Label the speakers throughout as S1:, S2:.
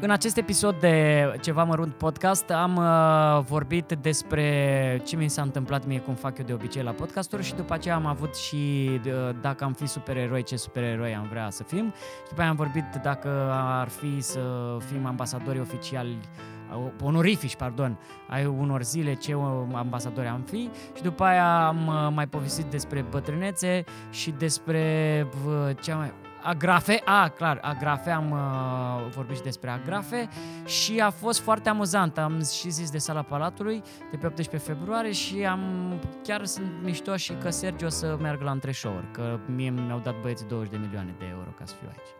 S1: În acest episod de Ceva Mărunt Podcast am uh, vorbit despre ce mi s-a întâmplat mie, cum fac eu de obicei la podcasturi și după aceea am avut și uh, dacă am fi supereroi, ce supereroi am vrea să fim și după aia am vorbit dacă ar fi să fim ambasadori oficiali onorifici, pardon, ai unor zile ce uh, ambasadori am fi și după aia am uh, mai povestit despre bătrânețe și despre cea mai... Agrafe, a, clar, agrafe, am uh, vorbit și despre agrafe și a fost foarte amuzant. Am și zis de sala Palatului de pe 18 februarie și am chiar sunt mișto și că Sergio o să meargă la întreșouri, că mie mi-au dat băieții 20 de milioane de euro ca să fiu aici.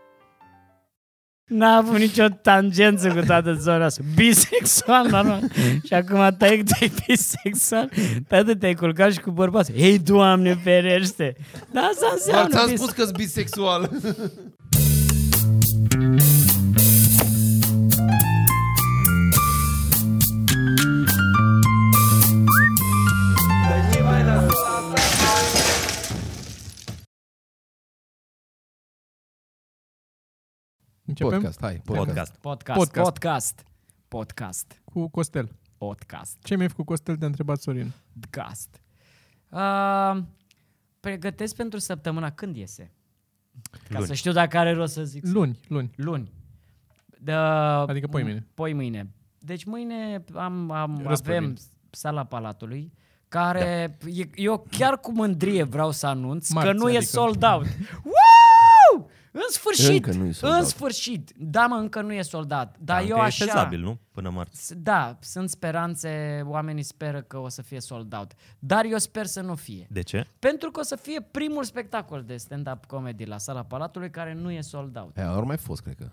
S1: N-a avut nicio tangență cu toată zona asta. Bisexual, la noi. și acum tăi că tu bisexual, tată te-ai culcat și cu bărbați. Ei, Doamne, ferește! Da, asta înseamnă
S2: Ți-am
S1: bis-
S2: spus că-s bisexual.
S3: Începem
S2: Podcast, hai, podcast.
S4: Podcast.
S1: Podcast, podcast,
S3: Podcast.
S1: podcast, podcast,
S3: cu Costel.
S1: podcast,
S3: Ce mi-ai făcut Costel, te-a întrebat
S2: Exact.
S3: Sorin.
S1: podcast. Uh, pregătesc pentru săptămâna când iese. Ca
S4: Luni.
S1: să știu dacă are rost să zic.
S3: Luni, luni.
S1: Luni. De,
S3: Adică poi mâine.
S1: Poi mâine. Deci mâine am, am
S3: Răspădim.
S1: avem sala Palatului, care da. e, eu chiar cu mândrie vreau să anunț că
S3: Marți,
S1: nu e
S3: adică.
S1: sold out. Wow! În sfârșit!
S2: Încă nu e sold
S1: în
S2: out.
S1: sfârșit! Da, mă, încă nu e soldat. Dar
S4: Dar
S1: eu
S4: încă
S1: așa...
S4: E fezabil, nu? Până marți.
S1: S- Da, sunt speranțe, oamenii speră că o să fie sold out. Dar eu sper să nu fie.
S4: De ce?
S1: Pentru că o să fie primul spectacol de stand-up comedy la sala Palatului care nu e sold out.
S2: Aia, ori mai fost, cred că.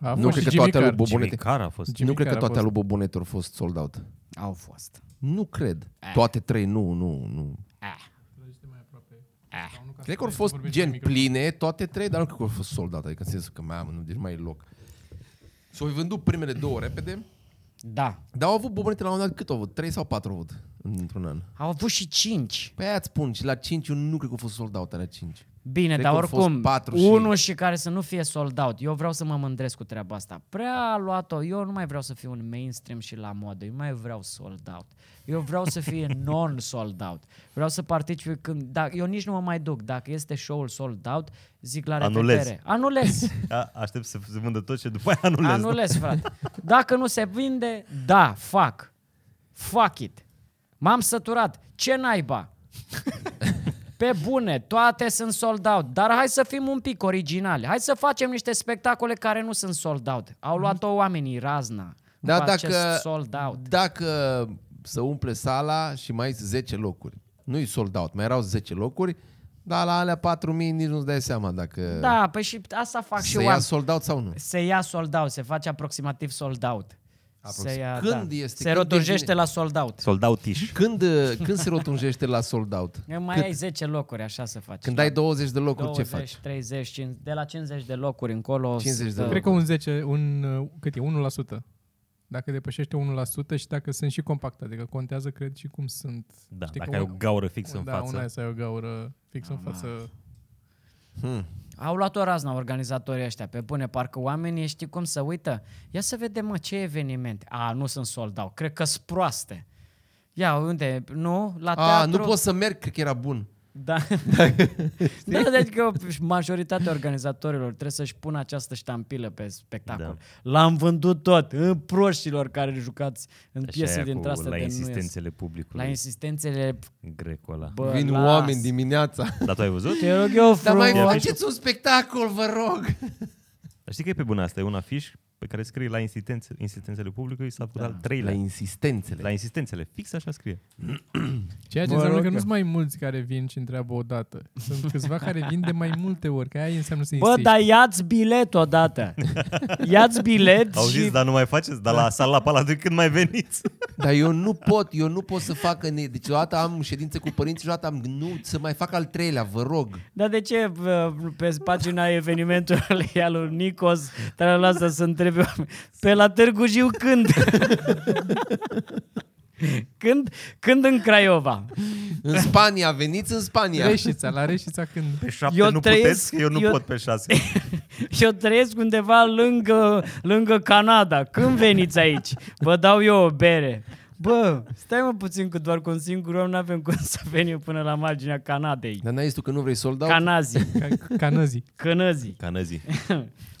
S3: A
S2: Nu cred
S3: fost și
S2: că
S3: Jimmy
S2: toată lui
S3: Carr.
S2: Bobo- Bună
S4: Jimmy
S2: te-
S4: Carr a fost.
S3: Jimmy
S2: nu cred că
S3: Carr a
S2: toate
S3: fost.
S2: alu Bobonet au fost sold out.
S1: Au fost.
S2: Nu cred. Toate trei, nu, nu, nu.
S1: Ah. Ah.
S2: Cred că au fost gen pline, toate trei, dar nu cred că au fost sold out. Adică în sensul că, mamă, nu, deci mai e loc. S-au vândut primele două repede,
S1: Da.
S2: dar au avut bobonete la un moment dat cât au avut? Trei sau patru au avut într-un an.
S1: Au avut și 5.
S2: Păi aia îți spun, și la 5 eu nu cred că a fost sold out alea 5.
S1: Bine,
S2: Cred
S1: dar
S2: că au fost
S1: oricum,
S2: patru și-
S1: unul și... care să nu fie sold out. Eu vreau să mă mândresc cu treaba asta. Prea a luat-o. Eu nu mai vreau să fiu un mainstream și la modă. Eu nu mai vreau sold out. Eu vreau să fie non-sold out. Vreau să particip când... Da, eu nici nu mă mai duc. Dacă este show-ul sold out, zic la
S4: Anulez.
S1: repetere. Anulez.
S4: A, aștept să se vândă tot și după aia anulez. da. nu?
S1: Anulez,
S2: da.
S1: frate. Dacă nu se vinde, da, fac. Fuck it. M-am săturat. Ce naiba? Pe bune, toate sunt sold out, dar hai să fim un pic originali. Hai să facem niște spectacole care nu sunt sold out. Au luat-o oamenii razna.
S2: Mhm. Da,
S1: cu acest
S2: dacă,
S1: sold out.
S2: dacă să umple sala și mai sunt 10 locuri, nu-i sold out, mai erau 10 locuri, dar la alea 4.000 nici nu-ți dai seama dacă
S1: Da, păi și asta fac și
S2: se ia
S1: oamenii.
S2: sold out sau nu.
S1: Se ia sold out, se face aproximativ sold out.
S2: Aproxim-
S1: Se ia, da.
S2: Când este?
S1: Se
S2: Când
S1: rotunjește
S2: devine?
S1: la sold out.
S4: Soldautiș.
S2: Când, uh, când se rotunjește la sold out?
S1: Mai ai 10 locuri, așa se face.
S2: Când
S1: Da.
S2: ai 20 de locuri,
S1: 20,
S2: ce faci?
S1: 30, 50, de la 50 de locuri încolo.
S2: 50 de
S1: sunt,
S2: locuri.
S3: Cred că un 10, un, uh, cât e, 1%. Dacă depășește 1% și dacă sunt și compacte, adică contează, cred, și cum sunt.
S4: Da,
S3: Știi
S4: dacă
S3: că
S4: ai o
S3: un-
S4: gaură fix în
S3: da,
S4: față. Ah,
S3: una e să ai o gaură fix în față.
S1: uh, Au luat o razna organizatorii ăștia, pe bune, parcă oamenii știi cum să uită. Ia să vedem, mă, ce evenimente. A, nu sunt sold out, cred că sunt proaste. Ia, unde? Nu? La
S2: A,
S1: teatru?
S2: nu pot să merg, cred că era bun.
S1: Da. da, deci că majoritatea organizatorilor trebuie să-și pună această ștampilă pe spectacol. Da.
S4: Da.
S1: L-am vândut tot, în proștilor care jucați în
S4: Așa
S1: piese
S4: e
S1: din
S4: cu-
S1: asta
S4: La
S1: de nu ies.
S4: insistențele
S1: La
S4: publicului.
S1: insistențele...
S4: Greco ăla.
S1: Bă,
S2: Vin
S1: las.
S2: oameni dimineața.
S4: Dar tu ai văzut?
S1: Te rog eu
S2: Dar mai
S4: Ia,
S1: frumos.
S2: faceți un spectacol, vă rog!
S4: Dar știi că e pe bună asta, e un afiș pe care scrie la insistențe, insistențele publicului s-a făcut da. al
S2: La
S4: treilea. La,
S2: insistențele.
S4: la insistențele, fix așa scrie.
S3: Ceea ce
S2: Mă
S3: înseamnă
S2: rog
S3: că nu
S2: eu.
S3: sunt mai mulți care vin și întreabă o dată. Sunt câțiva care vin de mai multe ori, că aia înseamnă să
S1: Bă,
S3: insisti.
S1: dar iați bilet odată. Iați bilet
S4: Au
S1: și...
S4: zis, dar nu mai faceți, dar la sala Palatului când mai veniți?
S2: Dar eu nu pot, eu nu pot să fac... În... Deci odată am ședințe cu părinții și odată am... Nu, să mai fac al treilea, vă rog.
S1: Dar de ce bă, pe pagina evenimentului al lui Nicos trebuie la să se întrebe oameni, pe la Târgu Jiu când? Când, când în Craiova?
S2: În Spania, veniți în Spania.
S3: Reșița, la Reșița când...
S4: Pe șapte
S1: Eu
S4: eu nu
S1: trăiesc-
S4: puteți, eu nu
S1: eu-
S4: eu... pot pe șase.
S1: Eu trăiesc undeva lângă, lângă Canada. Când veniți aici? Vă dau eu o bere. Bă, stai mă puțin că doar cu un singur om n-avem cum să venim până la marginea Canadei.
S2: Dar n-ai zis tu că nu vrei sold out?
S1: Canazii,
S3: Ca, canăzii.
S1: cănăzii.
S4: Canăzii.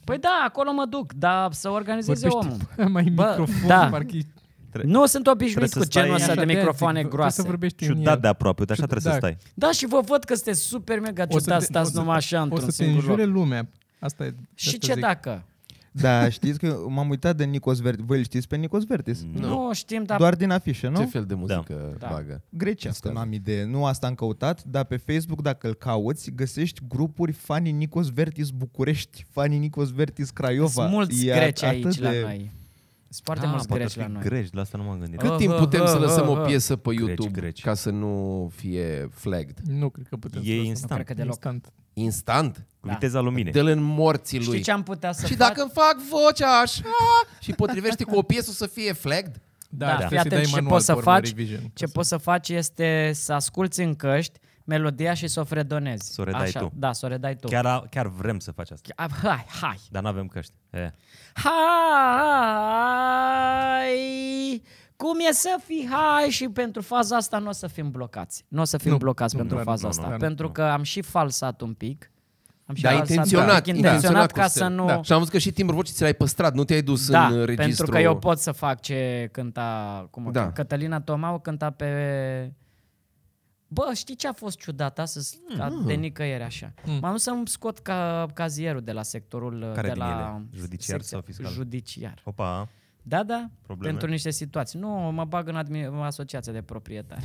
S1: Păi da, acolo mă duc, dar să organizeze omul.
S3: mai în
S1: Bă,
S3: microfon,
S1: da.
S3: parcă e-
S1: Nu sunt obișnuit cu
S4: Trebuie să stai-
S1: genul ăsta
S4: Așa,
S1: de
S3: de-aia
S1: microfoane
S3: zic, bă,
S1: groase.
S3: Trebuie să vorbești în
S4: Ciudat da,
S3: el.
S4: de aproape, așa trebuie să
S3: Ciudat.
S4: stai.
S1: Da, și vă văd că sunteți super mega
S3: O să
S1: ciudați,
S3: te-
S1: da, stați
S3: o să-
S1: numai așa
S3: O
S1: într-un
S3: să te
S1: singur loc.
S3: înjure lumea. Asta e.
S1: Și
S3: asta
S1: ce
S3: zic.
S1: dacă?
S5: Da, știți că m-am uitat de Nicos Vertis. Voi îl știți pe Nicos Vertis?
S1: Nu, știm, dar
S5: Doar din afișe,
S2: Ce
S5: nu?
S2: fel de muzică
S1: Da.
S2: bagă?
S5: Grecească, n-am idee. Nu asta am căutat, dar pe Facebook, dacă îl cauți, găsești grupuri fanii Nicos Vertis București, fanii Nicos Vertis Craiova.
S1: sunt mulți
S5: E
S1: greci
S5: at- atât
S1: aici la
S5: de-
S1: noi. Sunt foarte
S4: Ah,
S1: mulți
S4: poate
S1: greci
S4: ar
S1: la
S4: fi
S1: noi.
S4: Greci, la asta nu m-am gândit.
S2: Cât
S1: Ah,
S2: timp
S1: ah,
S2: putem
S1: ah,
S2: să lăsăm
S1: ah,
S2: o
S1: ah.
S2: piesă pe
S4: Greci,
S2: YouTube
S4: greci.
S2: ca să nu fie flagged?
S3: Nu cred că putem.
S4: E
S3: să-
S1: Nu
S4: instant,
S1: cred că deloc.
S3: Instant.
S2: Instant?
S4: cu
S1: Da.
S4: viteza luminii.
S2: De-l în morții lui.
S1: Știi ce am putea să
S2: și
S1: fac?
S2: dacă îmi fac vocea așa și potrivește cu o piesă să fie flagged?
S1: Da,
S3: Da, da.
S1: fii
S3: Trebuie să
S1: atent
S3: dai
S1: ce
S3: manual
S1: poți să
S3: pe urmă,
S1: faci,
S3: revision, ca
S1: Ce
S3: să-
S1: poți să faci este să asculti în căști melodia și să o fredonezi.
S4: Să o redai
S1: Așa,
S4: tu.
S1: Da, să o redai tu.
S4: Chiar, a- chiar vrem să faci asta.
S1: A, Hai, hai.
S4: Dar nu avem căști. E.
S1: Hai! Cum e să fii hai și pentru faza asta nu o să fim blocați. Nu o să fim
S3: Nu,
S1: blocați
S3: nu,
S1: pentru
S3: clar,
S1: faza
S4: nu,
S1: asta.
S4: clar, nu,
S1: pentru
S4: nu.
S1: că am și falsat un pic. Am și
S2: Dar
S1: falsat un pic,
S2: Da, intenționat,
S1: intenționat
S2: intenționat
S1: ca să nu...
S2: Da. Și am văzut că și timbrul vocii ți l-ai păstrat, nu te-ai dus
S1: Da,
S2: în registru.
S1: pentru că eu pot să fac ce cânta cum o
S2: Da.
S1: da. Cătălina Tomau cânta pe Bă, știi ce a fost ciudat astăzi? Mm. De nicăieri așa. Mm. M-am dus să-mi scot ca, cazierul de la sectorul
S4: Care
S1: de
S4: din
S1: la
S4: ele? Judiciar
S1: secția-
S4: sau fiscal?
S1: Judiciar.
S4: Opa,
S1: Da, da,
S4: Probleme?
S1: pentru niște situații. Nu, mă bag în admi- asociația de proprietari.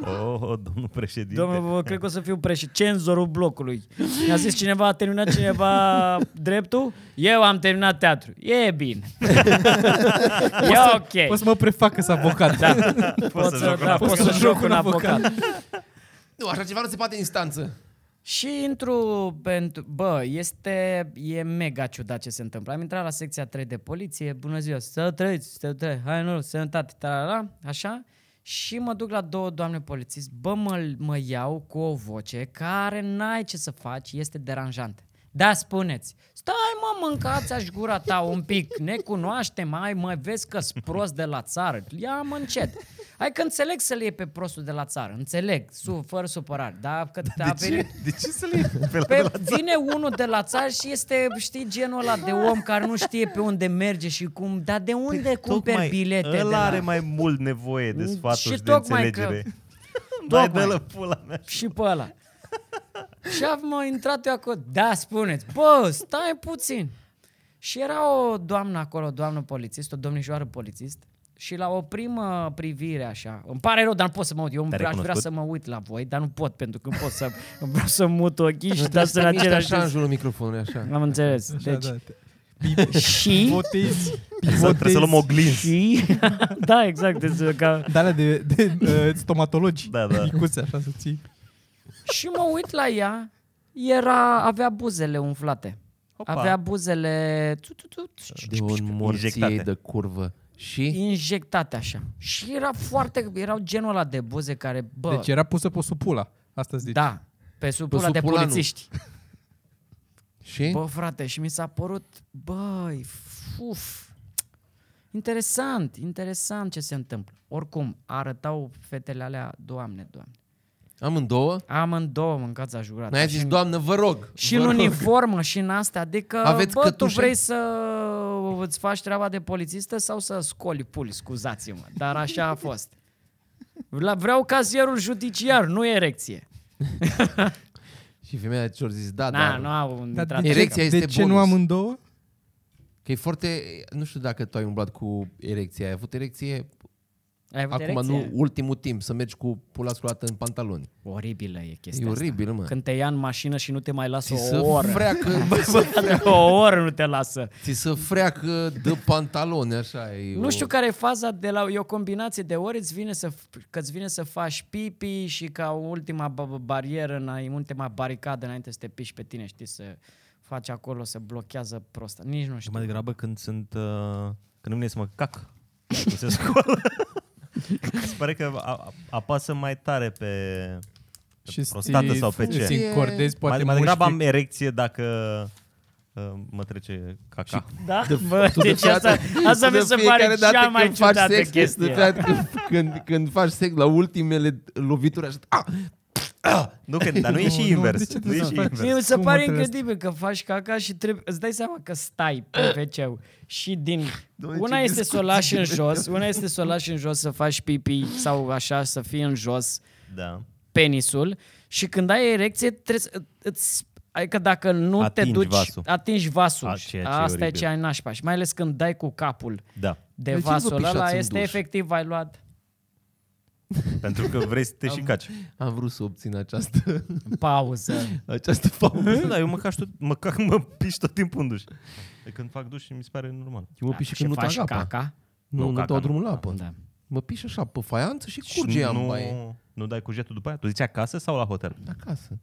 S4: oh, oh, domnul președinte.
S1: Domnul, bă, cred că o să fiu preș- cenzorul blocului. Mi-a zis cineva, a terminat cineva dreptul? Eu am terminat teatru. E bine. e ok.
S3: Poți să mă prefac că avocat.
S1: Da,
S4: Poți
S1: pot
S4: să
S1: să,
S4: joc un
S1: da,
S4: avocat.
S1: pot să joc un avocat.
S2: Nu, așa ceva nu se poate în instanță.
S1: Și intru pentru... Bă, este... E mega ciudat ce se întâmplă. Am intrat la secția 3 de poliție. Bună ziua, să trăiți, să trăiți, hai nu, sănătate, tarara, așa. Și mă duc la două doamne polițiști. Bă, mă, mă iau cu o voce care n-ai ce să faci, este deranjantă. Da, spuneți. Stai mă, mâncați aș gura ta un pic. Ne cunoaște mai, mă vezi că prost de la țară. Ia mă încet. Hai că înțeleg să-l iei pe prostul de la țară. Înțeleg, su, fără supărare. Da, că te-a venit
S4: De ce să le iei pe la-
S1: pe, vine unul de la țară și este, știi, genul ăla de om care nu știe pe unde merge și cum, dar de unde păi, cumperi
S4: Tocmai
S1: bilete? de
S4: Ăla
S1: la...
S4: are mai mult nevoie de sfaturi
S1: Și
S4: și, de
S1: tocmai
S4: înțelegere. Că...
S1: Tocmai.
S4: Mai dă-l în pula mea.
S1: și pe ăla. Și am intrat eu acolo. Da, spuneți. Bă, stai puțin. Și era o doamnă acolo, o doamnă polițist, o domnișoară polițist. Și la o primă privire așa, îmi pare rău, dar nu pot să mă uit. Eu îmi
S4: Te-a
S1: vrea, aș vrea să
S4: recunoscut?
S1: mă uit la voi, dar nu pot, pentru că nu pot să, îmi vreau să mut ochii și dar să în
S2: Miști
S1: același
S2: așa în
S1: timp.
S2: jurul microfonului, așa.
S1: Am înțeles.
S3: Așa,
S1: Deci,
S3: da.
S1: și...
S3: Votezi.
S4: Să, trebuie să luăm o glinză.
S1: Și... da, exact. Deci, ca...
S3: Da, alea de, de uh, stomatologi.
S4: Da, da.
S3: Micuțe, așa să ții.
S1: Și mă uit la ea, era, avea buzele umflate. Opa.
S4: Opa.
S1: Avea buzele tu, tu, tu,
S3: Da.
S1: tu,
S2: De un morției
S4: Injectate.
S2: de curvă. Și?
S1: injectate așa. Și era foarte, erau genul ăla de buze care, bă,
S3: Deci era pusă pe supula. Asta zici.
S1: da, pe supula
S2: Pe Păi?
S1: de
S2: supula nu.
S1: polițiști.
S2: Și?
S1: Bă, frate, și mi s-a părut, băi, fuf, interesant, interesant ce se întâmplă. Oricum, arătau fetele alea, doamne, doamne.
S2: Amândouă?
S1: Amândouă mâncați ajurat.
S2: N-ai zis, doamnă, vă rog.
S1: Și
S2: vă
S1: în
S2: rog.
S1: uniformă și în astea, adică
S2: Aveți
S1: bă, tu
S2: cătușe?
S1: vrei să îți faci treaba de polițistă sau să scoli puli, scuzați-mă, dar așa a fost. La, vreau cazierul judiciar, nu erecție.
S2: Și femeia ce-or zis, da,
S1: Na,
S2: da.
S1: nu au
S3: Dar
S1: intrat.
S3: de ce,
S2: Erecția este
S3: de ce nu
S2: bonus.
S3: amândouă?
S2: Că e foarte... Nu știu dacă tu ai umblat cu erecție. Ai avut erecție
S1: Ai avut
S2: acum,
S1: erecție?
S2: nu ultimul timp, să mergi cu pula sculată în pantaloni.
S1: Oribilă e chestia
S2: E oribil,
S1: asta.
S2: mă.
S1: Când te ia în mașină și nu te mai lasă
S2: Ți se
S1: o oră.
S2: freacă,
S1: o oră nu te lasă.
S2: ți se freacă de pantaloni, așa. E
S1: Nu
S2: o-
S1: știu care e faza de la e o combinație de ori îți vine să f- că îți vine să faci pipi și ca ultima ba- barieră, în, ultima baricadă înainte să te piși pe tine, știi, să faci acolo, să blochează prosta. Nici nu
S4: Și
S1: știu.
S4: mai degrabă când sunt... Uh, când nu vine să mă cac. Nu se scoală. Se pare că a- apasă mai tare pe, pe prostată sau pe ce.
S3: Îți încordezi, poate
S4: mai, mai degrabă am
S3: mușchi.
S4: erecție dacă uh, mă trece caca.
S1: Da? Bă,
S2: Tu de
S1: deci asta,
S2: fiecare-
S1: asta
S2: tu
S1: mi
S2: de
S1: se
S2: fiecare
S1: pare
S2: dată
S1: cea
S2: când
S1: mai
S2: faci
S1: ciudată
S2: sex,
S1: chestie.
S2: de fiecare dată Când, când, când faci sex la ultimele lovituri, așa, ah,
S4: Nu, că, dar nu e
S3: Nu,
S4: și
S3: nu,
S4: invers.
S3: de ce
S4: Nu
S3: trebuie
S4: e
S3: să
S4: și
S3: faci?
S4: invers.
S1: Mie mi se
S3: Cum
S1: pare
S3: mă trăiesc?
S1: incredibil că faci caca și trebuie, îți dai seama că stai pe wc și din...
S2: Doamne,
S1: una
S2: ce
S1: este să o lași în
S2: discuții
S1: jos, una este să o lași în jos să faci pipi sau așa, să fie în jos
S4: Da.
S1: penisul și când ai erecție trebuie să îți Adică dacă nu te
S4: Atingi
S1: duci,
S4: vasul.
S1: atingi vasul.
S4: A, ceea ce e
S1: Asta e
S4: oribil.
S1: ce ai nașpa. Și mai ales când dai cu capul
S4: Da.
S1: de,
S2: De ce vă
S1: vasul
S2: pișați
S1: ăla,
S2: în
S1: este
S2: duș?
S1: efectiv, ai luat
S4: Pentru că vrei să te și caci.
S2: am vrut să obțin această,
S1: pauză.
S2: această faulă.
S4: Nu, dar eu mă caș tot, mă, cac, mă piș tot timpul în duș. De când fac duș mi se pare normal.
S2: Eu mă
S1: Da,
S2: piș și când nu
S1: faci
S2: trag apa.
S1: caca.
S4: Nu,
S2: Nu, nu
S4: caca
S2: dau
S4: nu.
S2: drumul la apă.
S1: Da.
S2: Mă piș așa pe faianță și
S4: Și
S2: curge ea în baie.
S4: nu, nu dai cu jetul după aia? Tu zici acasă sau la hotel?
S2: Acasă.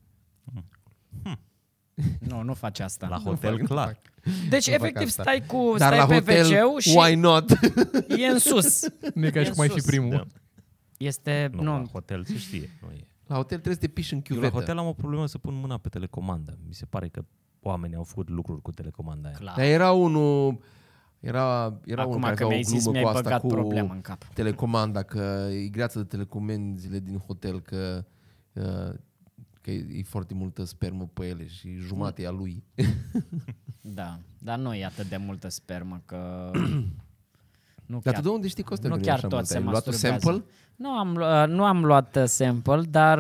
S1: Nu, nu faci asta.
S4: La hotel, clar.
S1: Deci,
S2: fac
S1: efectiv,
S2: asta.
S1: stai cu
S2: Dar
S1: stai
S2: la
S1: pe
S2: hotel,
S1: wc și
S2: why not?
S1: e în sus.
S3: Nu e ca și
S1: E
S3: cum ai fi
S1: sus.
S3: primul.
S4: Da.
S1: Este,
S4: Nu, la
S1: nu,
S4: hotel se știe. Nu e.
S2: La hotel trebuie să te piși în
S4: Eu la
S2: chiuvetă.
S4: hotel am o problemă să pun mâna pe telecomandă. Mi se pare că oamenii au făcut lucruri cu telecomanda aia.
S2: Dar
S1: clar.
S2: era unul... Era, era
S1: Acum
S2: unul care
S1: că
S2: avea
S1: mi-ai
S2: o
S1: zis,
S2: glumă
S1: mi-ai
S2: cu asta
S1: băgat
S2: cu
S1: problema în cap.
S2: telecomanda, că e greață de telecomenzile din hotel, că, uh, că e e foarte multă spermă pe ele și jumate e a lui.
S1: Da, dar nu e atât de multă spermă că... Nu
S2: Dar
S1: chiar,
S2: tu de unde știi că asta
S1: nu
S2: că
S1: chiar
S2: așa, mă,
S1: toți se
S2: Ai luat un
S1: masturbează.
S2: sample?
S1: Nu am, lu- nu am luat uh, sample, dar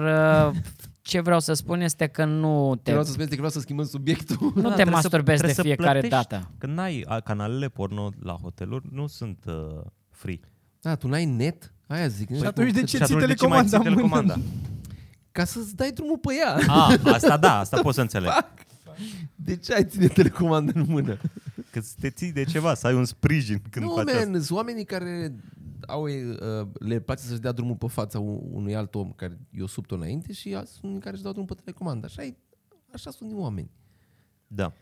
S1: uh, ce vreau să spun este că nu te,
S2: Vreau să spun că vreau să schimbăm subiectul.
S1: nu te
S4: Da, trebuie să-
S1: masturbezi de
S4: trebuie să
S1: fiecare
S4: plătești.
S1: dată.
S4: Că n-ai a, canalele porno la hoteluri, nu sunt uh, free.
S2: Da, tu n-ai net? Aia zic.
S3: Și
S2: nu?
S3: atunci de ce
S4: Păi Și
S3: ții
S4: atunci de ce mai
S3: telecomanda în mână?
S2: Ca să-ți dai drumul pe ea.
S4: A, asta da, asta pot să înțeleg.
S2: De ce ai ține telecomandă în mână?
S4: Că să te ții de ceva, să ai un sprijin când
S2: nu,
S4: faci asta.
S2: man, sunt oamenii care au, uh, le place să-și dea drumul pe fața u- unui alt om care eu subt înainte și alți sunt unii care își dau drumul pe telecomandă. Așa, e, așa sunt oameni.
S4: Da.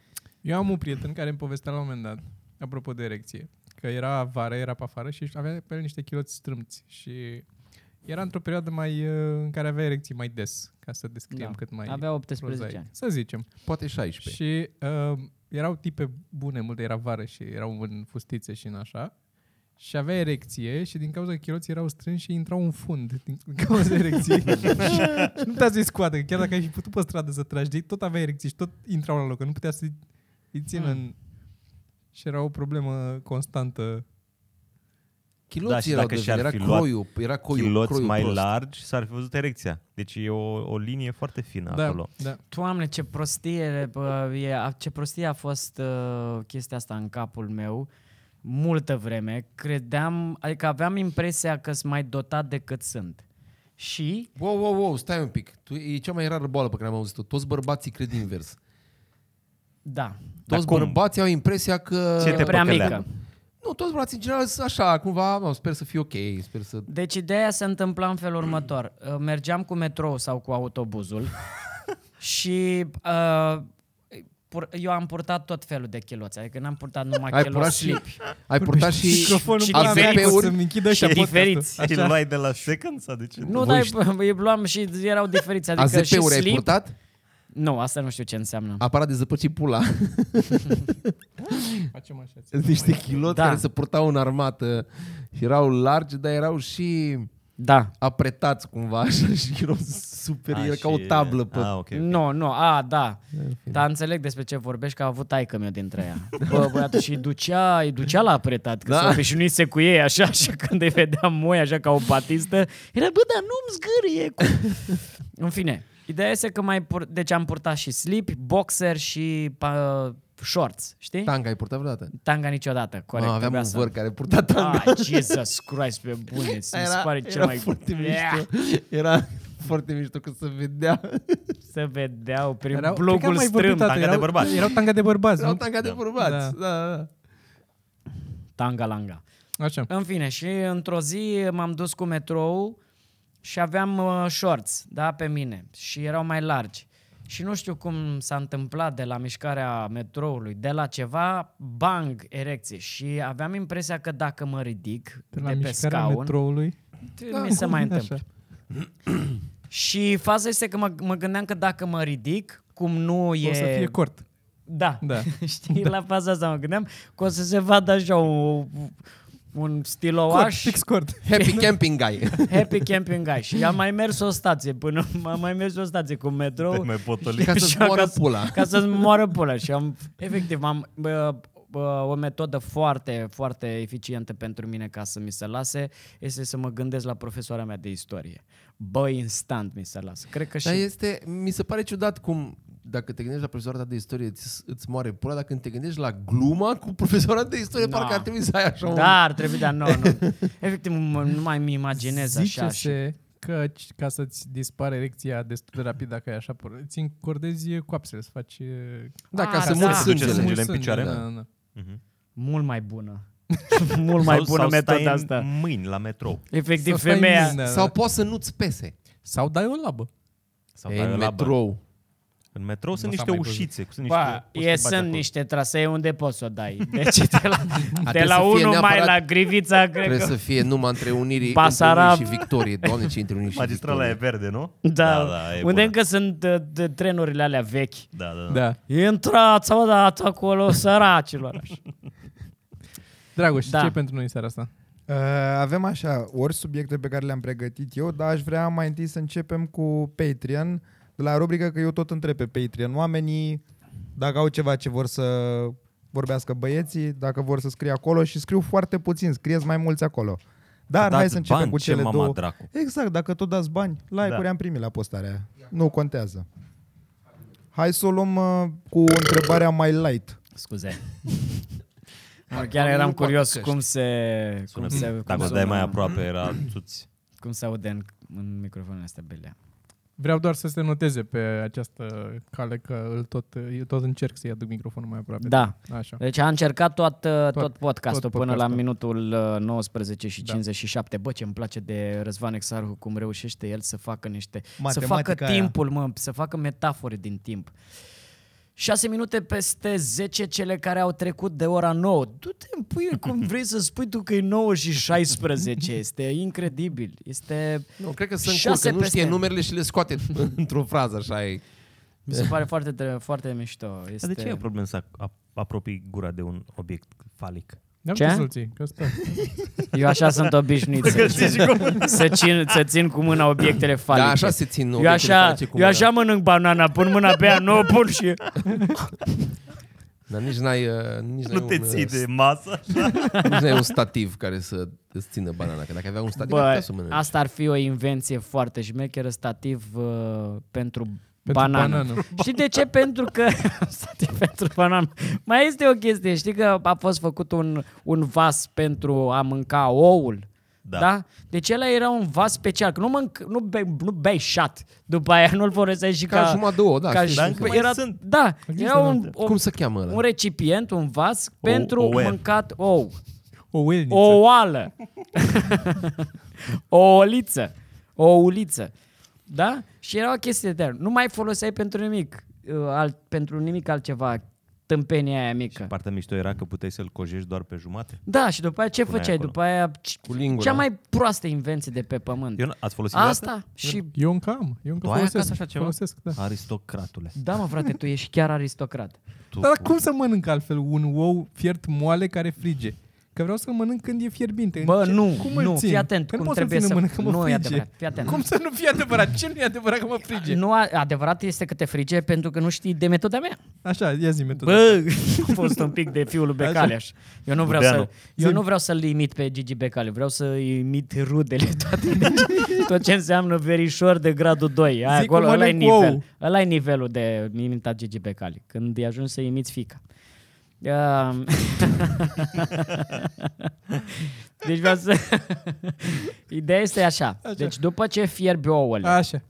S3: Eu am un prieten care îmi povestea la un moment dat, apropo de erecție, că era vară, era pe afară și avea pe el niște chiloți strâmți și era într-o perioadă mai, uh, în care avea erecții mai des, ca să descriem
S1: Da.
S3: cât mai
S1: Avea 18
S3: prozaic.
S1: ani.
S3: Să zicem.
S2: Poate 16.
S3: Și uh, erau tipe bune, multe era vară și erau în fustițe și în așa. Și avea erecție și din cauza că chiloții erau strânși și intrau în fund din cauza erecției. și nu putea să-i scoată, că chiar dacă ai fi putut pe stradă să tragi de ei, tot avea erecție și tot intrau la loc, că nu putea să-i îi țină în... Și era o problemă constantă.
S4: Da, și
S2: Chiloții da, erau
S4: dacă
S2: de
S4: și-ar
S2: era
S4: fi luat
S2: croiu, era coiu,
S4: Chiloți
S2: croiu
S4: mai
S2: prost.
S4: largi s-ar fi văzut erecția. Deci e o, o linie foarte fină
S3: Da,
S4: acolo.
S3: da.
S1: Doamne, ce prostie, bă, e, a- ce prostie a fost uh, chestia asta în capul meu multă vreme. Credeam, adică aveam impresia că sunt mai dotat decât sunt. Și
S2: Wow, wow, wow, stai un pic. Tu, e cea mai rară boală pe care am auzit-o. Toți bărbații cred invers.
S1: Da.
S4: Dar
S2: Toți
S4: cum?
S2: bărbații au impresia că...
S4: Ce
S1: E
S4: te
S1: prea
S4: păcălea?
S1: mică.
S2: Nu, toți bărbații în general sunt așa, cumva, mă, sper să fie ok, sper să...
S1: Deci ideea se întâmpla în felul următor. Uh, Mergeam cu metrou sau cu autobuzul și uh, pur- eu am purtat tot felul de chiloți, adică n-am purtat numai
S2: Ai
S1: chiloți
S2: purtat și,
S1: slip.
S2: ai purtat și,
S3: microfonul
S1: și
S3: pula mea,
S2: AZP-uri
S3: pot să-mi închidă
S1: și
S3: și
S1: diferiți.
S4: Și îl luai de la second sau de ce?
S1: Nu,
S2: Voi
S1: dar îi luam și erau diferiți. Adică și
S2: AZP-uri ai
S1: slip,
S2: purtat?
S1: Nu, asta nu știu ce înseamnă.
S2: Aparat de zăpăcit pula.
S3: Facem așa.
S2: Sunt niște chiloți
S1: Da.
S2: da. care se purtau în armată și erau largi, dar erau și
S1: Da.
S2: apretați cumva așa și erau super,
S4: A,
S2: era ca o
S4: Ah, și-
S2: tablă pe...
S4: A, ok.
S1: Okay, nu, nu, a, da. Dar înțeleg despre ce vorbești, că a avut taică meu dintre ea. Bă, băiatul și îi ducea, îi ducea la apretat, că
S2: Da.
S1: s-o obișnuise cu ei așa și când îi vedeam moi așa ca o batistă, era, bă, dar nu-mi zgârie. Cu... În fine, ideea este că mai pur... deci am purtat și slip, boxer și uh, shorts, știi?
S2: Tanga ai purtat vreodată?
S1: Tanga niciodată, corect.
S2: Corect, Da. aveam
S1: trebuia
S2: un
S1: să-
S2: văr care purta tanga.
S1: Ah, Jesus Christ, pe bune, mi se pare cel
S2: era
S1: mai...
S2: foarte
S1: Ea,
S2: mișto. Era foarte mișto că se vedea.
S1: Se vedeau prin
S3: Erau- cred că am
S1: blogul
S3: mai vorbit
S1: strâmb.
S3: dată,
S4: tanga de
S3: erau-
S4: bărbați.
S3: Erau tanga de bărbați,
S2: Erau
S1: Da.
S3: nu?
S2: tanga de bărbați. Da. Da, da.
S1: Tanga langa.
S3: Așa.
S1: În fine, și într-o zi m-am dus cu metrou și aveam uh, shorts, da, pe mine. Și erau mai largi. Și nu știu cum s-a întâmplat de la mișcarea metroului, de la ceva, bang, erecție. Și aveam impresia că dacă mă ridic de,
S3: De la
S1: pe
S3: mișcarea
S1: scaun,
S3: metroului.
S1: da, mi se mai întâmplă. Și faza este că mă, mă gândeam că dacă mă ridic, cum nu e...
S3: E... O să fie cort.
S1: Da.
S3: Da.
S1: Știi, la faza asta mă gândeam că o să se vadă așa o, un
S3: Cort,
S1: stilouaș
S3: fix cort.
S2: Happy camping guy.
S1: happy camping guy. Și am mai mers o stație până am mai mers o stație cu
S4: Te
S1: metrou
S4: mai potoli.
S2: Ca să-ți
S1: Și a-
S2: moară
S1: ca să-
S2: pula.
S1: ca să-ți moară pula. Și am, efectiv, am bă, bă, o metodă foarte, foarte eficientă pentru mine ca să mi se lase, este să mă gândesc la profesoara mea de istorie. Bă, instant mi se lasă. Cred că și...
S2: Dar este, mi se pare ciudat cum dacă te gândești la profesoara ta de istorie îți, îți moare pula, dacă te gândești la gluma cu profesoara de istorie,
S1: Da.
S2: parcă ar trebui să ai așa un...
S1: Da, ar trebui, dar nu, nu. Efectiv, mă- nu mai mi imaginez așa. Și...
S3: Zice-se că c- ca să-ți dispare erecția destul de rapid dacă e așa, por- ți încordezi coapsele, să faci... e,
S2: Da, ca
S1: Ah,
S2: să
S1: da.
S2: mor
S1: Să
S4: duce
S2: sângele.
S4: sângele.
S3: mult
S4: în
S3: sânge,
S4: picioare?
S3: Da, da, da.
S1: Mult mai bună. Mult mai bună
S4: sau
S1: metoda
S4: stai în
S1: asta.
S4: mâini la metrou.
S1: Efectiv,
S3: Sau stai în
S1: femeia...
S3: mine. da.
S2: Sau poți să nu-ți pese.
S3: Sau dai o labă.
S4: Sau
S2: Ei,
S4: dai
S2: în
S4: la labă.
S2: metrou.
S4: În metrou sunt
S3: Nu s-a
S4: niște
S3: mai văzut.
S4: ușițe. Sunt niște,
S1: Ba,
S4: poți să
S1: e,
S4: te bagi
S1: sunt
S4: acolo.
S1: niște trasee unde poți să o dai. Deci de la, de
S2: trebuie
S1: la
S2: să fie
S1: 1 mai
S2: neapărat-
S1: la Grivița, cred
S2: Trebuie
S1: că...
S2: să fie numai între unirii,
S1: Basarab.
S2: între unii și victorie. Doamne, ce între unii și
S4: Magistrala e
S2: victorie.
S4: verde, nu?
S1: Da,
S4: da e
S1: unde
S4: bună.
S1: încă sunt de, de, trenurile alea vechi.
S4: Da, da, da.
S3: Da.
S1: Intrați odată acolo, săracilor. așa.
S3: Dragoș,
S1: Da.
S3: ce pentru noi în seara asta?
S5: Uh, avem așa, ori subiecte pe care le-am pregătit eu, dar aș vrea mai întâi să începem cu Patreon, de la rubrica că eu tot întreb pe Patreon oamenii dacă au ceva ce vor să vorbească băieții, dacă vor să scrie acolo și scriu foarte puțin, scrieți mai mulți acolo. Dar
S4: Dați
S5: hai să începem
S4: bani,
S5: cu
S4: ce
S5: cele
S4: mama
S5: două.
S4: dracu.
S5: Exact, dacă tot dați bani, like-uri
S4: Da.
S5: am primit la postarea. Nu contează. Hai să o luăm uh, cu întrebarea mai light.
S1: Scuze. Chiar eram curios cum se, cum
S4: Sună,
S1: se, cum
S4: dacă o
S1: sună-
S4: dai mai aproape, era țuți.
S1: cum se aude în, în microfonul ăsta, Belea.
S3: Vreau doar să se noteze pe această cale că îl tot, eu tot încerc să-i aduc microfonul mai aproape.
S1: Da.
S3: Așa.
S1: Deci a încercat tot, tot, tot
S3: Tot-
S1: podcastul
S3: tot
S1: până la
S3: podcastul.
S1: minutul uh, 19 și
S3: Da.
S1: 57. Bă, ce îmi place de Răzvan Exarhu, cum reușește el să facă niște... să
S5: Matematica
S1: facă
S5: aia.
S1: timpul, mă, să facă metafore din timp. 6 minute peste 10 cele care au trecut de ora 9. Du-te în puie cum vrei să spui tu că e 9 și 16. Este incredibil. Este...
S2: Nu, cred că sunt
S1: Șase
S2: curcă, nu
S1: peste.
S2: știe numerele și le scoate într-o frază, așa e.
S1: Mi se pare foarte, tre- foarte mișto. Este...
S4: Dar de ce e problemă să ap- apropii gura de un obiect falic?
S3: N-am
S1: Ce?
S3: ce? să-l ții, că stă.
S1: Eu așa sunt obișnuit să, să, țin, să țin cu mâna obiectele falice.
S2: Da, așa se țin
S1: Eu
S2: obiectele
S1: așa,
S2: falice cu
S1: eu
S2: mâna.
S1: așa mănânc banana, pun mâna pe ea, nu o pun și...
S2: Dar nici n-ai, uh, nici
S4: Păi Nu
S2: n-ai
S4: te
S2: un,
S4: ții
S2: uh,
S4: de masă?
S2: Nici n-ai un stativ care să îți țină banana, că dacă avea un stativ, ar putea
S1: Bă,
S2: Adică să mănânci.
S1: asta ar fi o invenție foarte șmecheră, stativ uh, pentru
S3: Pentru
S1: banană.
S3: banană.
S1: Știi de ce? Pentru că stativ pentru banană. Mai este o chestie, știi că a fost făcut un, un vas pentru a mânca oul. Da.
S4: Da.
S1: da? Deci ăla era un vas special, că nu, mânc, nu, bei, nu bei șat, după aia nu-l folosești și ca...
S2: Ca jumătate de ouă, da, știu,
S1: și-
S4: dar încă mai
S1: era,
S4: sunt.
S1: Da, era un, o,
S2: Cum se cheamă ăla?
S1: un recipient, un vas
S4: O-
S1: pentru
S4: o web.
S1: mâncat ou.
S3: O welniță.
S1: O oală. o oliță. O uliță. Da? Și era o chestie de Nu mai foloseai pentru nimic, uh, alt, pentru nimic altceva tâmpenia aia mică.
S4: Partea mișto era că puteai să-l cojești doar pe jumate.
S1: Da, și după aia ce
S4: Puneai
S1: făceai?
S4: acolo.
S1: După aia c-
S2: Cu lingura.
S1: cea mai proastă invenție de pe pământ.
S4: Eu, n- ați folosit
S1: Asta
S4: vreodată?
S1: și...
S3: Eu încă am. Eu încă
S4: Tu ai
S3: folosesc.
S4: acasă așa ceva?
S3: Folosesc, da.
S4: Aristocratule.
S1: Da, mă, frate, tu ești chiar aristocrat.
S4: Tu,
S3: Dar cum să mănânc altfel un ou fiert moale care frige? Că vreau să mănânc când e fierbinte.
S1: Bă,
S3: Ce-
S1: nu,
S3: cum
S1: nu,
S3: îl țin?
S1: fii atent,
S3: Că nu
S1: cum
S3: pot să-l
S1: trebuie
S3: țin în
S1: să-
S3: mână, că mă
S1: nu e
S3: frige.
S1: adevărat, fii atent.
S3: Cum să nu fie adevărat? Ce nu e adevărat că mă frige?
S1: Nu, a- adevărat este că te frige pentru că nu știi de metoda mea.
S3: Așa, ia zi metoda.
S1: Bă, a fost un pic de fiul lui Becaleaș. Eu nu vreau să
S4: Budeanu.
S1: eu nu vreau să-l imit pe Gigi Becale, vreau să imit rudele toate. Deci, tot ce înseamnă verișor de gradul 2. Aia
S3: Zic
S1: acolo,
S3: cum
S1: ăla e
S3: mănânc ou.
S1: nivel. Ăla e nivelul de imitat Gigi Becale, când i ajuns să imiți fica. Um, deci vreau să... Ideea este așa. Deci după ce fierbi ouăle,
S3: da. Așa.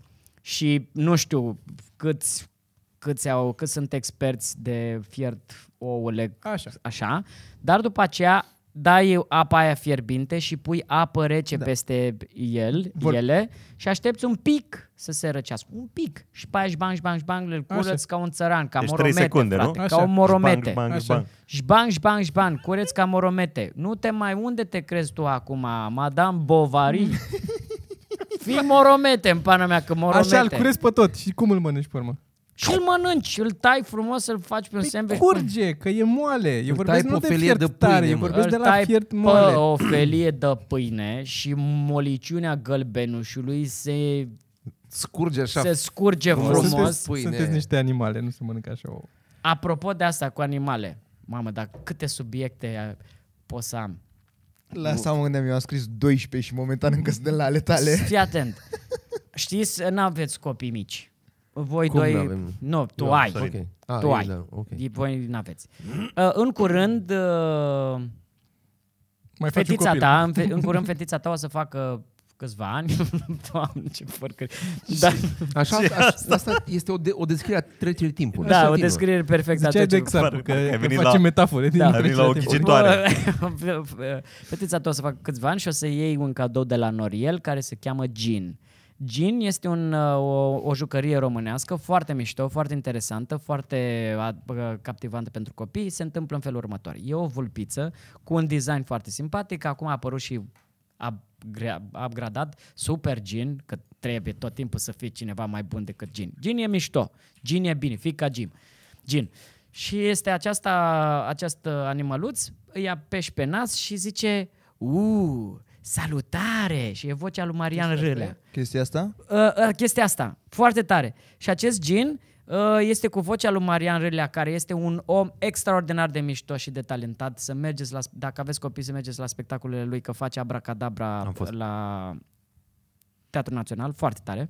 S1: și nu știu câți, câți, au, câți sunt experți de fiert ouăle,
S3: Așa.
S1: așa, dar după aceea dai apa aia fierbinte și pui apă rece da.
S3: Da.
S1: peste el,
S3: Vor-
S1: ele și aștepți un pic să se răcească. Un pic. Și pe aia șbang, șbang, șbang, îl
S3: Așa.
S1: curăți ca un țăran, ca
S4: Deci trei
S1: moromete,
S4: secunde, nu?
S1: frate,
S3: Așa.
S1: Ca o moromete.
S4: Bang, bang,
S3: Așa.
S4: bang.
S1: Șban, șban, șban, cureți ca moromete. Nu te mai unde te crezi tu acum, Madame Bovary? Fii moromete în pana mea, că moromete.
S3: Așa, îl curezi pe tot. Și cum îl mănânci pe urmă?
S1: Și îl mănânci, îl tai frumos, îl faci pe un
S3: Păi
S1: sandwich.
S3: curge, că e moale. Eu
S2: Îl
S3: vorbesc
S2: tai
S3: nu
S2: pe
S3: de
S2: o felie
S3: fiert
S2: de
S3: tare,
S2: pâine,
S3: eu
S2: mă.
S3: vorbesc de
S1: Îl
S3: la
S1: tai
S3: fiert
S1: pe
S3: moale.
S1: o felie de pâine și moliciunea gălbenușului se,
S2: Scurge așa.
S1: se scurge
S2: Frumos.
S1: frumos.
S3: sunteți, sunteți niște animale, nu se mănâncă așa o...
S1: Apropo de asta cu animale, mamă, dar câte subiecte pot să am.
S5: La să mă gândeam, eu am scris 12 și momentan încă sunt de la ale tale.
S1: Fii atent. Știți, n-aveți copii mici. Voi
S2: Cum
S1: doi...
S2: n-avem?
S1: Nu, tu
S2: Eu,
S1: ai.
S4: sorry.
S2: Ok. Ah,
S1: tu
S2: ei,
S1: ai.
S2: da, ok.
S1: Di- Voi n-aveți. Uh, în curând, uh,
S3: Mai faci un
S1: fetița
S3: copil.
S1: ta, în, fe- în curând fetița ta o să facă câțiva ani. Doamne, ce porcări. Da,
S2: Așa, asta, asta este o, de, o descriere a trecerii timpului.
S1: da o
S2: Continuă.
S1: descriere perfectă. a
S3: Ziceai de
S1: trecerii.
S3: exact,
S4: Parcă-
S3: că,
S4: parcă ai
S3: că
S4: venit
S3: facem
S4: la-
S3: metafore din
S1: Da.
S4: Ai venit
S3: trecerea
S4: la o
S3: timpului.
S4: ghicitoare. Viitoare.
S1: Bă, Fetița ta o să facă câțiva ani și o să iei un cadou de la Noriel care se cheamă Gin. Gin este un, uh, o, o jucărie românească foarte mișto, foarte interesantă, foarte uh, captivantă pentru copii. Se întâmplă în felul următor. E o vulpiță cu un design foarte simpatic. Acum a apărut și upgra- upgradat Super Gin, că trebuie tot timpul să fie cineva mai bun decât Gin. Gin e mișto, Gin e bine, fii ca Jim. Gin. Și este aceasta, acest uh, animăluț, îi apeși pe nas și zice, uuu, salutare! Și e vocea lui Marian Râlea.
S5: Chestia asta?
S1: Uh, uh, chestia asta, foarte tare. Și acest gin uh, este cu vocea lui Marian Râlea, care este un om extraordinar de mișto și de talentat. Să mergeți la, dacă aveți copii, să mergeți la spectacolele lui, că face abracadabra
S4: Am fost.
S1: la Teatrul Național, foarte tare.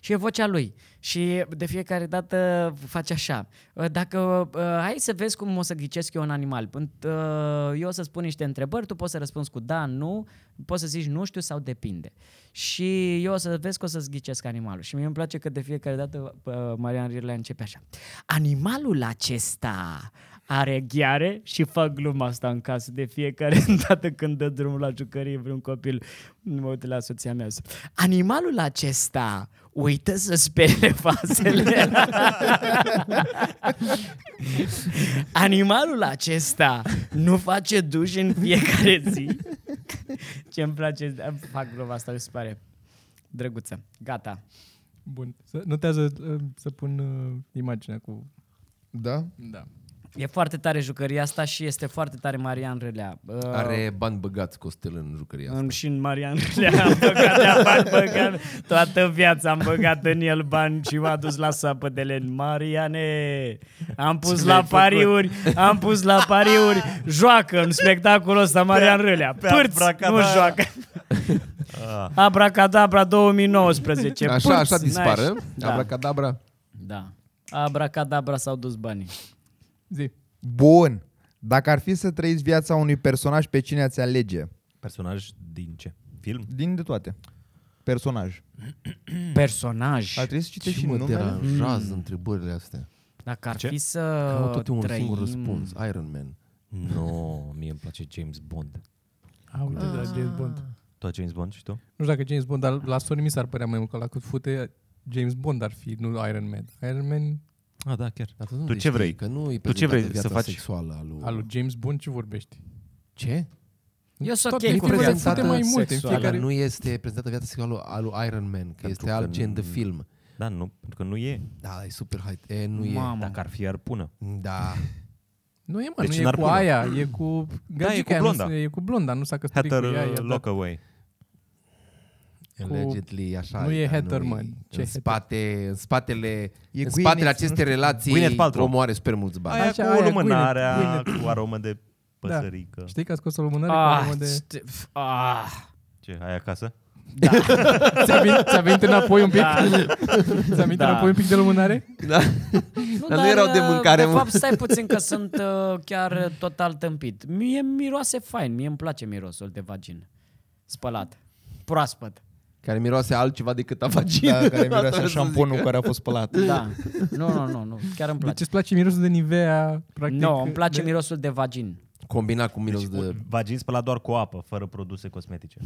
S1: Și e vocea lui. Și de fiecare dată face așa. Dacă, uh, hai să vezi cum o să ghicesc eu un animal. Înt- uh, Eu o să spun niște întrebări, tu poți să răspunzi cu da, nu, poți să zici nu știu sau depinde. Și eu o să vezi că o să-ți ghicesc animalul. Și mie îmi place că de fiecare dată uh, Marian Rirlea începe așa. Animalul acesta are ghiare și fac gluma asta în casă de fiecare dată când dă drumul la jucărie vreun copil. Nu mă uit la soția mea. zic, Animalul acesta uită să spere vasele. Animalul acesta nu face duș în fiecare zi. Ce îmi place, fac gluma asta, mi se pare drăguță. Gata.
S3: Bun, să, notează uh, să pun uh, imaginea cu...
S5: Da?
S3: Da.
S1: E foarte tare jucăria asta și este foarte tare Marian Râlea. Uh,
S2: Are bani băgați Costel în jucăria asta.
S1: În, și în Marian Râlea am băgat, am bani băgat, toată viața am băgat în el bani și m-a dus la sapă de len. Mariane, am pus la
S4: Ce mi-ai făcut?
S1: pariuri, am pus la pariuri, joacă în spectacolul ăsta Marian
S4: Pe-
S1: Râlea.
S4: pe
S1: Pârț, nu
S4: abracadabra.
S1: joacă.
S4: Ah.
S1: Abracadabra 2019.
S2: Așa,
S1: Pârț,
S2: așa
S1: n-ai
S2: dispară.
S1: așa. Da,
S2: Abracadabra.
S1: da. Abracadabra s-au dus banii.
S3: Zi.
S5: Bun. Dacă ar fi să trăiți viața unui personaj, pe cine ați alege?
S4: Personaj din ce? Film?
S5: Din de toate. Personaj.
S2: Hmm.
S1: Personaj.
S5: Ar trebui să
S2: Ce
S5: citești
S2: și
S5: și
S2: mă
S5: numele?
S2: deranjează întrebările astea?
S1: Dacă ar
S4: Ce?
S1: fi să
S2: Că tot un
S1: trăim...
S2: singur răspuns. Iron Man.
S4: Nu, no, mie îmi place James Bond.
S3: A, uite, de la James Bond.
S4: Tu ai James Bond și tu?
S3: Nu știu dacă James Bond, dar la Sony mi s-ar părea mai mult că la cât fute James Bond ar fi, nu Iron Man. Iron Man
S4: Ah, da, chiar.
S2: Dar nu
S4: Tu ce
S2: știi,
S4: vrei?
S2: Că nu
S4: Tu ce vrei să faci?
S2: sexuală a lui...
S3: al lui James Bond ce vorbești?
S2: Ce?
S1: Eu sunt
S3: Tot
S1: ok cu
S3: timpul
S1: viața
S2: sunt foarte
S1: mea
S3: mai multe în
S1: sexuală.
S2: Fiecare...
S3: Fiecare-
S2: nu este prezentată viața sexuală a lui Iron Man, că
S4: Pentru
S2: este
S4: că
S2: alt gen
S4: nu-
S2: de film.
S4: Da, nu, pentru că nu e.
S2: Da, e super high. E, nu e.
S1: Mamă.
S4: Dacă ar fi, ar pună.
S2: Da.
S3: Nu e, mă,
S4: Deci
S3: deci nu e
S4: n-ar
S3: cu
S4: pune.
S3: aia, e cu...
S4: Da, e
S3: gagica
S4: cu
S3: aia, nu
S4: blonda.
S3: se- E cu blonda, nu s-a căsătorit
S4: Hatter uh,
S3: cu ea. da. i-a dat-
S4: Lockaway.
S2: Allegedly, așa.
S3: Nu e
S2: dar
S3: hater,
S2: nu
S3: mă.
S2: e-
S3: Ce
S2: în
S3: hater?
S2: spate, în spatele,
S5: E
S2: în
S5: Gwyneth,
S2: spatele
S5: nu
S2: acestei
S5: știu.
S2: relații
S4: Gwyneth Paltrow.
S2: omoare super mulți bani.
S4: Aia
S3: Așa,
S4: cu
S3: aia, Da.
S4: lumânarea,
S3: Gwyneth,
S4: cu aromă de păsărică.
S3: Știi că a scos o lumânare cu
S1: Ah,
S3: aromă de...
S1: st- f- ah.
S4: Ce, ai acasă?
S3: Ți-a venit, ți-a venit înapoi un pic?
S1: Da.
S3: Ți-a venit
S1: Da.
S3: înapoi un pic de lumânare?
S1: Nu,
S2: Dar nu erau de
S1: uh,
S2: mâncare,
S1: De
S2: mă.
S1: fapt, stai puțin că sunt uh, chiar uh, total tâmpit. Mie miroase fain, mie îmi place mirosul de vagin. Spălat. Proaspăt.
S2: Care miroase altceva decât a vagină.
S5: Da, care miroase
S2: Asta
S5: a șamponul care a fost spălat.
S1: Da. Nu, nu, nu, nu. Chiar îmi
S3: Deci
S1: place.
S3: îți place mirosul de Nivea, practic?
S1: Nu, îmi place
S3: de...
S1: mirosul de vagin.
S2: Combinat cu minus
S4: Deci,
S2: de...
S4: vagin spălat doar cu apă, fără produse cosmetice.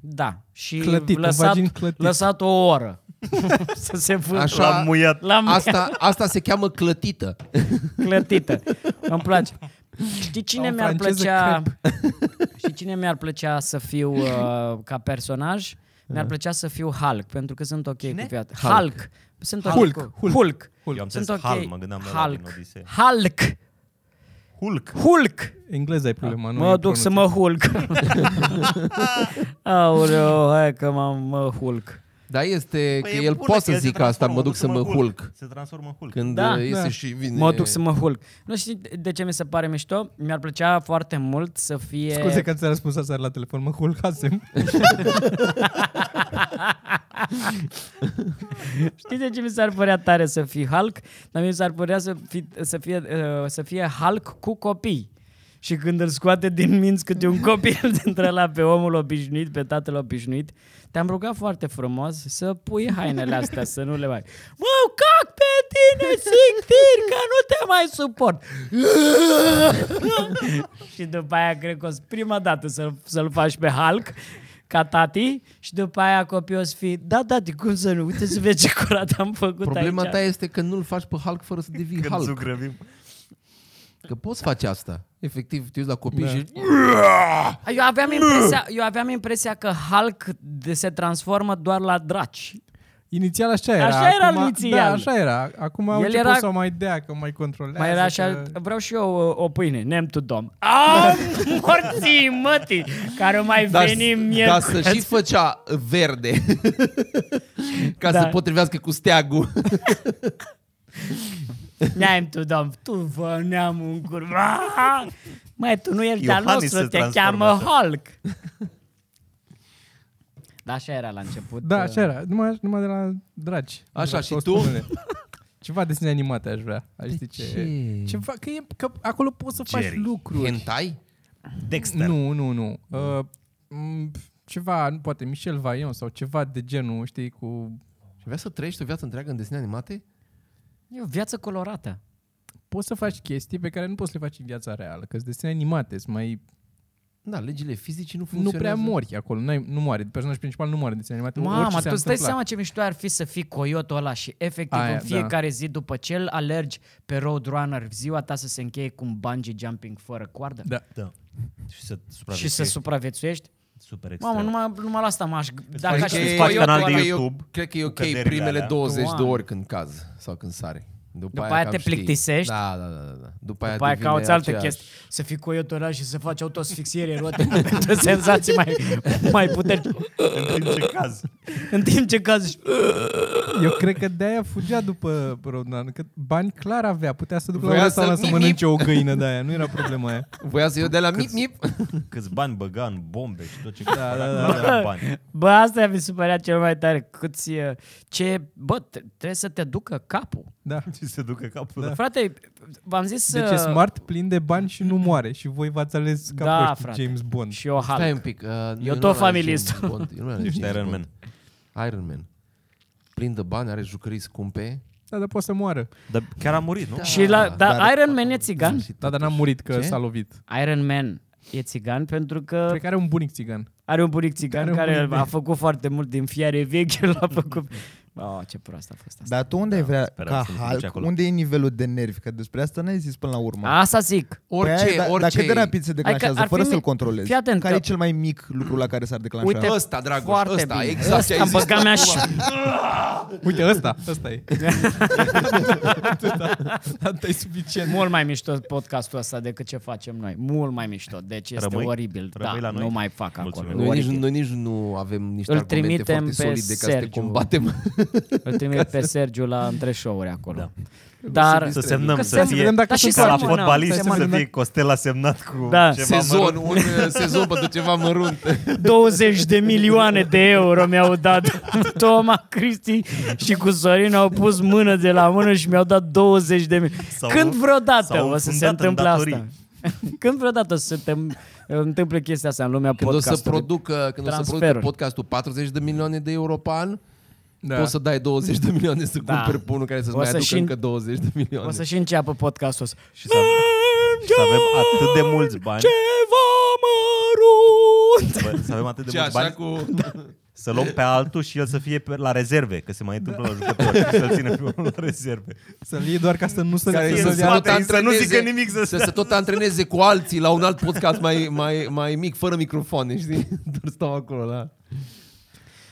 S1: Da. Și
S3: Clătit, un
S1: lăsat,
S3: vagin clătit.
S1: lăsat o oră să se vândă.
S2: Așa.
S4: L-am muiat.
S1: L-am
S2: Asta, asta se cheamă clătită.
S1: clătită. Îmi place. Știi cine
S3: Sau în
S1: mi-ar
S3: franceză,
S1: plăcea... Știi cine mi-ar plăcea să fiu uh, ca personaj? Mi-ar
S3: Uh.
S1: plăcea să fiu Hulk, pentru că sunt ok
S4: Cine?
S1: cu viața.
S2: Hulk.
S1: Hulk. Sunt ok
S3: Hulk,
S1: Cu...
S3: Hulk,
S1: Hulk.
S4: Eu am
S1: Sunt
S4: zis
S1: ok.
S4: Hal, mă gândeam la din
S1: Hulk.
S4: Odisee.
S1: Hulk.
S4: Hulk.
S2: Păi
S1: Hulk.
S3: Engleza e problema, nu
S1: Da. mă
S3: e
S1: duc să mă
S3: pronunț-
S1: hulk. Aoleu, hai că mă, mă hulk.
S2: Dar Da, este
S4: Păi
S2: că
S4: e
S2: el
S4: bună,
S2: poate
S4: că
S2: să
S4: el se
S2: zică asta,
S4: transformă,
S2: mă duc să mă hulc.
S4: Se transformă în Hulk.
S2: Când
S1: Da,
S2: da, iese
S3: da.
S2: da. și vine...
S1: Mă duc să mă hulc. Nu știu de ce mi se pare mișto. Mi-ar plăcea foarte mult să fie...
S3: Scuze că ți-a răspuns aseară la telefon, mă hulcasem.
S1: Știi de ce mi s-ar părea tare să fii Hulk? Dar mi s-ar părea să, fi, să, fie, uh, să fie Hulk cu copii. Și când îl scoate din minți câte un copil dintre la pe omul obișnuit, pe tatăl obișnuit, te-am rugat foarte frumos să pui hainele astea, să nu le mai... Mă, cac pe tine, sintir, că nu te mai suport! și după aia, cred că o să- prima dată să-l, să-l faci pe Hulk, ca tati, și după aia copiii o să fie, da, tati, cum să nu, uite să vezi ce curat am făcut
S2: Problema
S1: aici.
S2: ta este că nu-l faci pe Hulk fără să devii
S4: Când
S2: Hulk.
S4: zugrăvim.
S2: Că poți face asta. Efectiv, te uiți la copii
S3: Da.
S2: da. și...
S1: Eu aveam, impresia, eu aveam impresia că Hulk de- se transformă doar la draci.
S3: Inițial așa era.
S1: Așa era
S3: acum,
S1: inițial.
S3: Da, așa era. Acum au
S1: El
S3: început
S1: era-
S3: să o mai dea, că mai controlează.
S1: Mai era așa,
S3: Că...
S1: vreau și eu o, o pâine, nem tu dom. Am morții mătii, care o mai
S4: Da,
S2: Dar,
S1: veni mie.
S2: dar să și făcea verde Ca da.
S1: Da.
S2: să potrivească cu steagul
S1: Nem tu dom, tu vă neam un curva. Mai tu nu ești al
S4: Iohannis
S1: nostru,
S4: se
S1: te
S4: transformă
S1: cheamă
S4: așa.
S1: Hulk. Da, așa era la început. uh,
S3: Da, așa era. Numai, numai de la dragi.
S2: Așa,
S3: De la
S2: și
S3: toți
S2: tu?
S3: oamenii. Ceva desene animate aș vrea. Aș
S2: De
S3: zice.
S2: ce?
S3: Ceva, că, e, că acolo poți să faci
S4: Jerry.
S3: lucruri.
S2: Hentai?
S4: Dexter.
S3: Nu, nu, nu. Uh, m, ceva, nu poate, Michel Vaillant sau ceva de genul, știi, cu...
S2: Și avea să trăiești o viață întreagă în desene animate?
S1: E o viață colorată.
S3: Poți să faci chestii pe care nu poți să le faci în viața reală, că sunt desene animate, sunt mai...
S2: Da, legile fizicii nu
S3: Nu
S2: funcționează
S3: prea mori acolo, n-ai, nu moare. Personajul principal nu moare în desene animate. orice
S1: Mamă,
S3: s-ar
S1: tu îți dai
S3: întâmpla.
S1: seama ce mișto ar fi să fii coyotul ăla și efectiv
S3: Aia,
S1: Aia, în
S3: da.
S1: fiecare da. zi după ce îl alergi pe Roadrunner, ziua ta să se încheie cu un bungee jumping fără coardă
S3: Da.
S4: Da. Și să
S1: și să
S4: supraviețuiești.
S1: supraviețuiești?
S4: Super extrem.
S1: Mamă, numai, numai la asta m-aș... Dacă
S2: Adică
S1: aș
S4: că
S1: fi
S2: e-
S4: faci
S1: coyotul
S4: canal de
S1: ăla,
S2: eu-
S4: YouTube
S2: Cred că e
S4: cu
S2: ok
S4: căderile
S2: primele
S4: alea.
S2: 20 de
S1: Doamne.
S2: ori când caz sau când sare. După,
S1: După aia
S2: cam
S1: te
S2: știi.
S1: plictisești.
S2: Da, da, da. da. După,
S1: după aia
S2: devine
S1: cauți alte
S2: aceeași.
S1: chestii. Să fii coyotul ăla și să faci autosfixiere erotică pentru senzații mai, mai puternice.
S4: în timp ce caz.
S1: În timp ce cazi...
S3: Eu cred că de-aia fugea după Rodan, că bani clar avea, putea să ducă la
S2: Voia
S3: un restaurant
S2: să-
S3: să
S2: mip, mip.
S3: mănânce o găină de aia, nu era problema aia.
S2: Voia să iau de la mip, mip.
S4: Câți bani băga în bombe și tot ce
S3: Da, da, da,
S4: da. bani.
S1: Bă, asta mi se părea cel mai tare. Câți, uh, ce, bă, tre- trebuie să te ducă capul.
S3: Da.
S4: Și se ducă capul. Da.
S1: Frate, v-am zis...
S3: Deci e
S1: uh,
S3: smart, plin de bani și nu moare. Și voi v-ați ales ca
S1: Da,
S3: proști
S1: frate.
S3: James Bond.
S1: Și eu
S2: Stai
S1: Hulk.
S2: un pic. Uh, eu
S1: tot
S2: nu am
S1: familist.
S2: James Bond, eu nu am
S4: Ești
S2: James
S4: Iron
S2: Bond.
S4: Man.
S2: Iron Man. Prinde bani, are jucării scumpe.
S3: Da, dar poate să moară.
S4: Dar chiar a murit, nu?
S1: Și la, dar
S5: dar-
S1: Iron Man e țigan?
S2: Și
S3: Da, dar n-am murit că
S2: Ce?
S3: s-a lovit.
S1: Iron Man e țigan pentru că
S3: Cred că are un bunic țigan.
S1: are un bunic țigan
S3: Păi, Are un
S1: care
S3: bunic.
S1: a făcut foarte mult din fiare vechi, l-a făcut... Oh, ce prost a fost asta.
S5: Dar tu unde ai vrea
S4: speram
S5: ca
S4: să nu te duci
S5: Hulk?
S4: acolo.
S5: Unde e nivelul de nervi? Că despre asta n-ai zis până la urmă.
S1: Asta zic.
S2: Orice,
S5: Păi aia e, da-
S2: orice.
S5: Dar cât de rapid se declanșează,
S1: ar fi
S5: fără
S1: mic.
S5: să-l controlezi?
S1: Fii atent
S5: Care e
S1: că-
S5: cel mai mic lucru la care s-ar declanșa?
S1: Uite,
S2: Ăsta, Dragoș,
S1: foarte
S2: ăsta,
S1: bine.
S2: exact ce ai
S1: Am
S2: zis
S1: băgat mea și...
S3: Uite, ăsta, ăsta e. Asta e suficient.
S1: Mult mai mișto podcastul ăsta decât ce facem noi. Mult mai mișto. Deci este
S4: Rămâi?
S1: oribil.
S4: Rămâi
S1: da,
S4: la noi?
S1: nu mai fac
S4: Mulțumim.
S1: acolo.
S2: Noi nici,
S1: Oribil.
S2: noi nici nu avem niște
S1: Îl
S2: argumente
S1: trimitem
S2: foarte
S1: pe
S2: solide ca să te
S1: Sergiu.
S2: combatem.
S1: Îl trimit pe Sergiu la între show-uri acolo. Dar
S4: Da. Să semnăm,
S1: Că
S4: să
S1: să
S4: fie
S3: vedem dacă
S1: Dar și
S3: sunt
S1: să
S4: ca la
S1: rămână,
S4: fotbalist,
S1: să
S4: să
S3: rămână.
S4: fie Costel a semnat cu
S1: Da.
S4: ceva
S2: Sezon,
S4: mărunt.
S2: un uh, sezon pentru ceva mărunt.
S1: 20 de milioane de euro mi-au dat Toma Cristi și cu Sorin au pus mână de la mână și mi-au dat 20 de milioane.
S4: S-au-
S1: Când vreodată
S4: s-au
S1: o să se
S4: înfundat în
S1: întâmple
S4: datorii.
S1: asta? Când vreodată o să se tem- întâmple chestia asta în lumea
S2: Când o să
S1: podcastului?
S2: producă, când o să producă
S1: Transferuri.
S2: podcastul 40 de milioane de euro pe an, da.
S3: Da.
S2: poți să dai 20 de milioane să
S1: Da.
S2: cumperi punul care să-ți
S1: O
S2: mai
S1: să
S2: aducă
S1: și-
S2: încă 20 de milioane.
S1: O să și înceapă podcastul ăsta.
S4: Și s-a- Să avem atât de mulți bani.
S1: Ceva mărunt!
S4: Bă, să avem atât de
S2: Ce,
S4: mulți
S2: așa
S4: bani,
S2: cu...
S4: să luăm pe altul și el să fie pe, la rezerve, că se mai întâmplă la jucători, să-l ținem pe unul la rezerve.
S3: Să-l iei doar ca să nu se
S2: Care
S4: fie
S2: să,
S4: în
S2: se
S4: spate,
S2: tot
S4: să nu
S2: antreneze-
S4: zică nimic, să-
S2: să se tot antreneze cu alții la un alt podcast mai, mai, mai mic, fără microfoane, știi? Doar stau acolo la...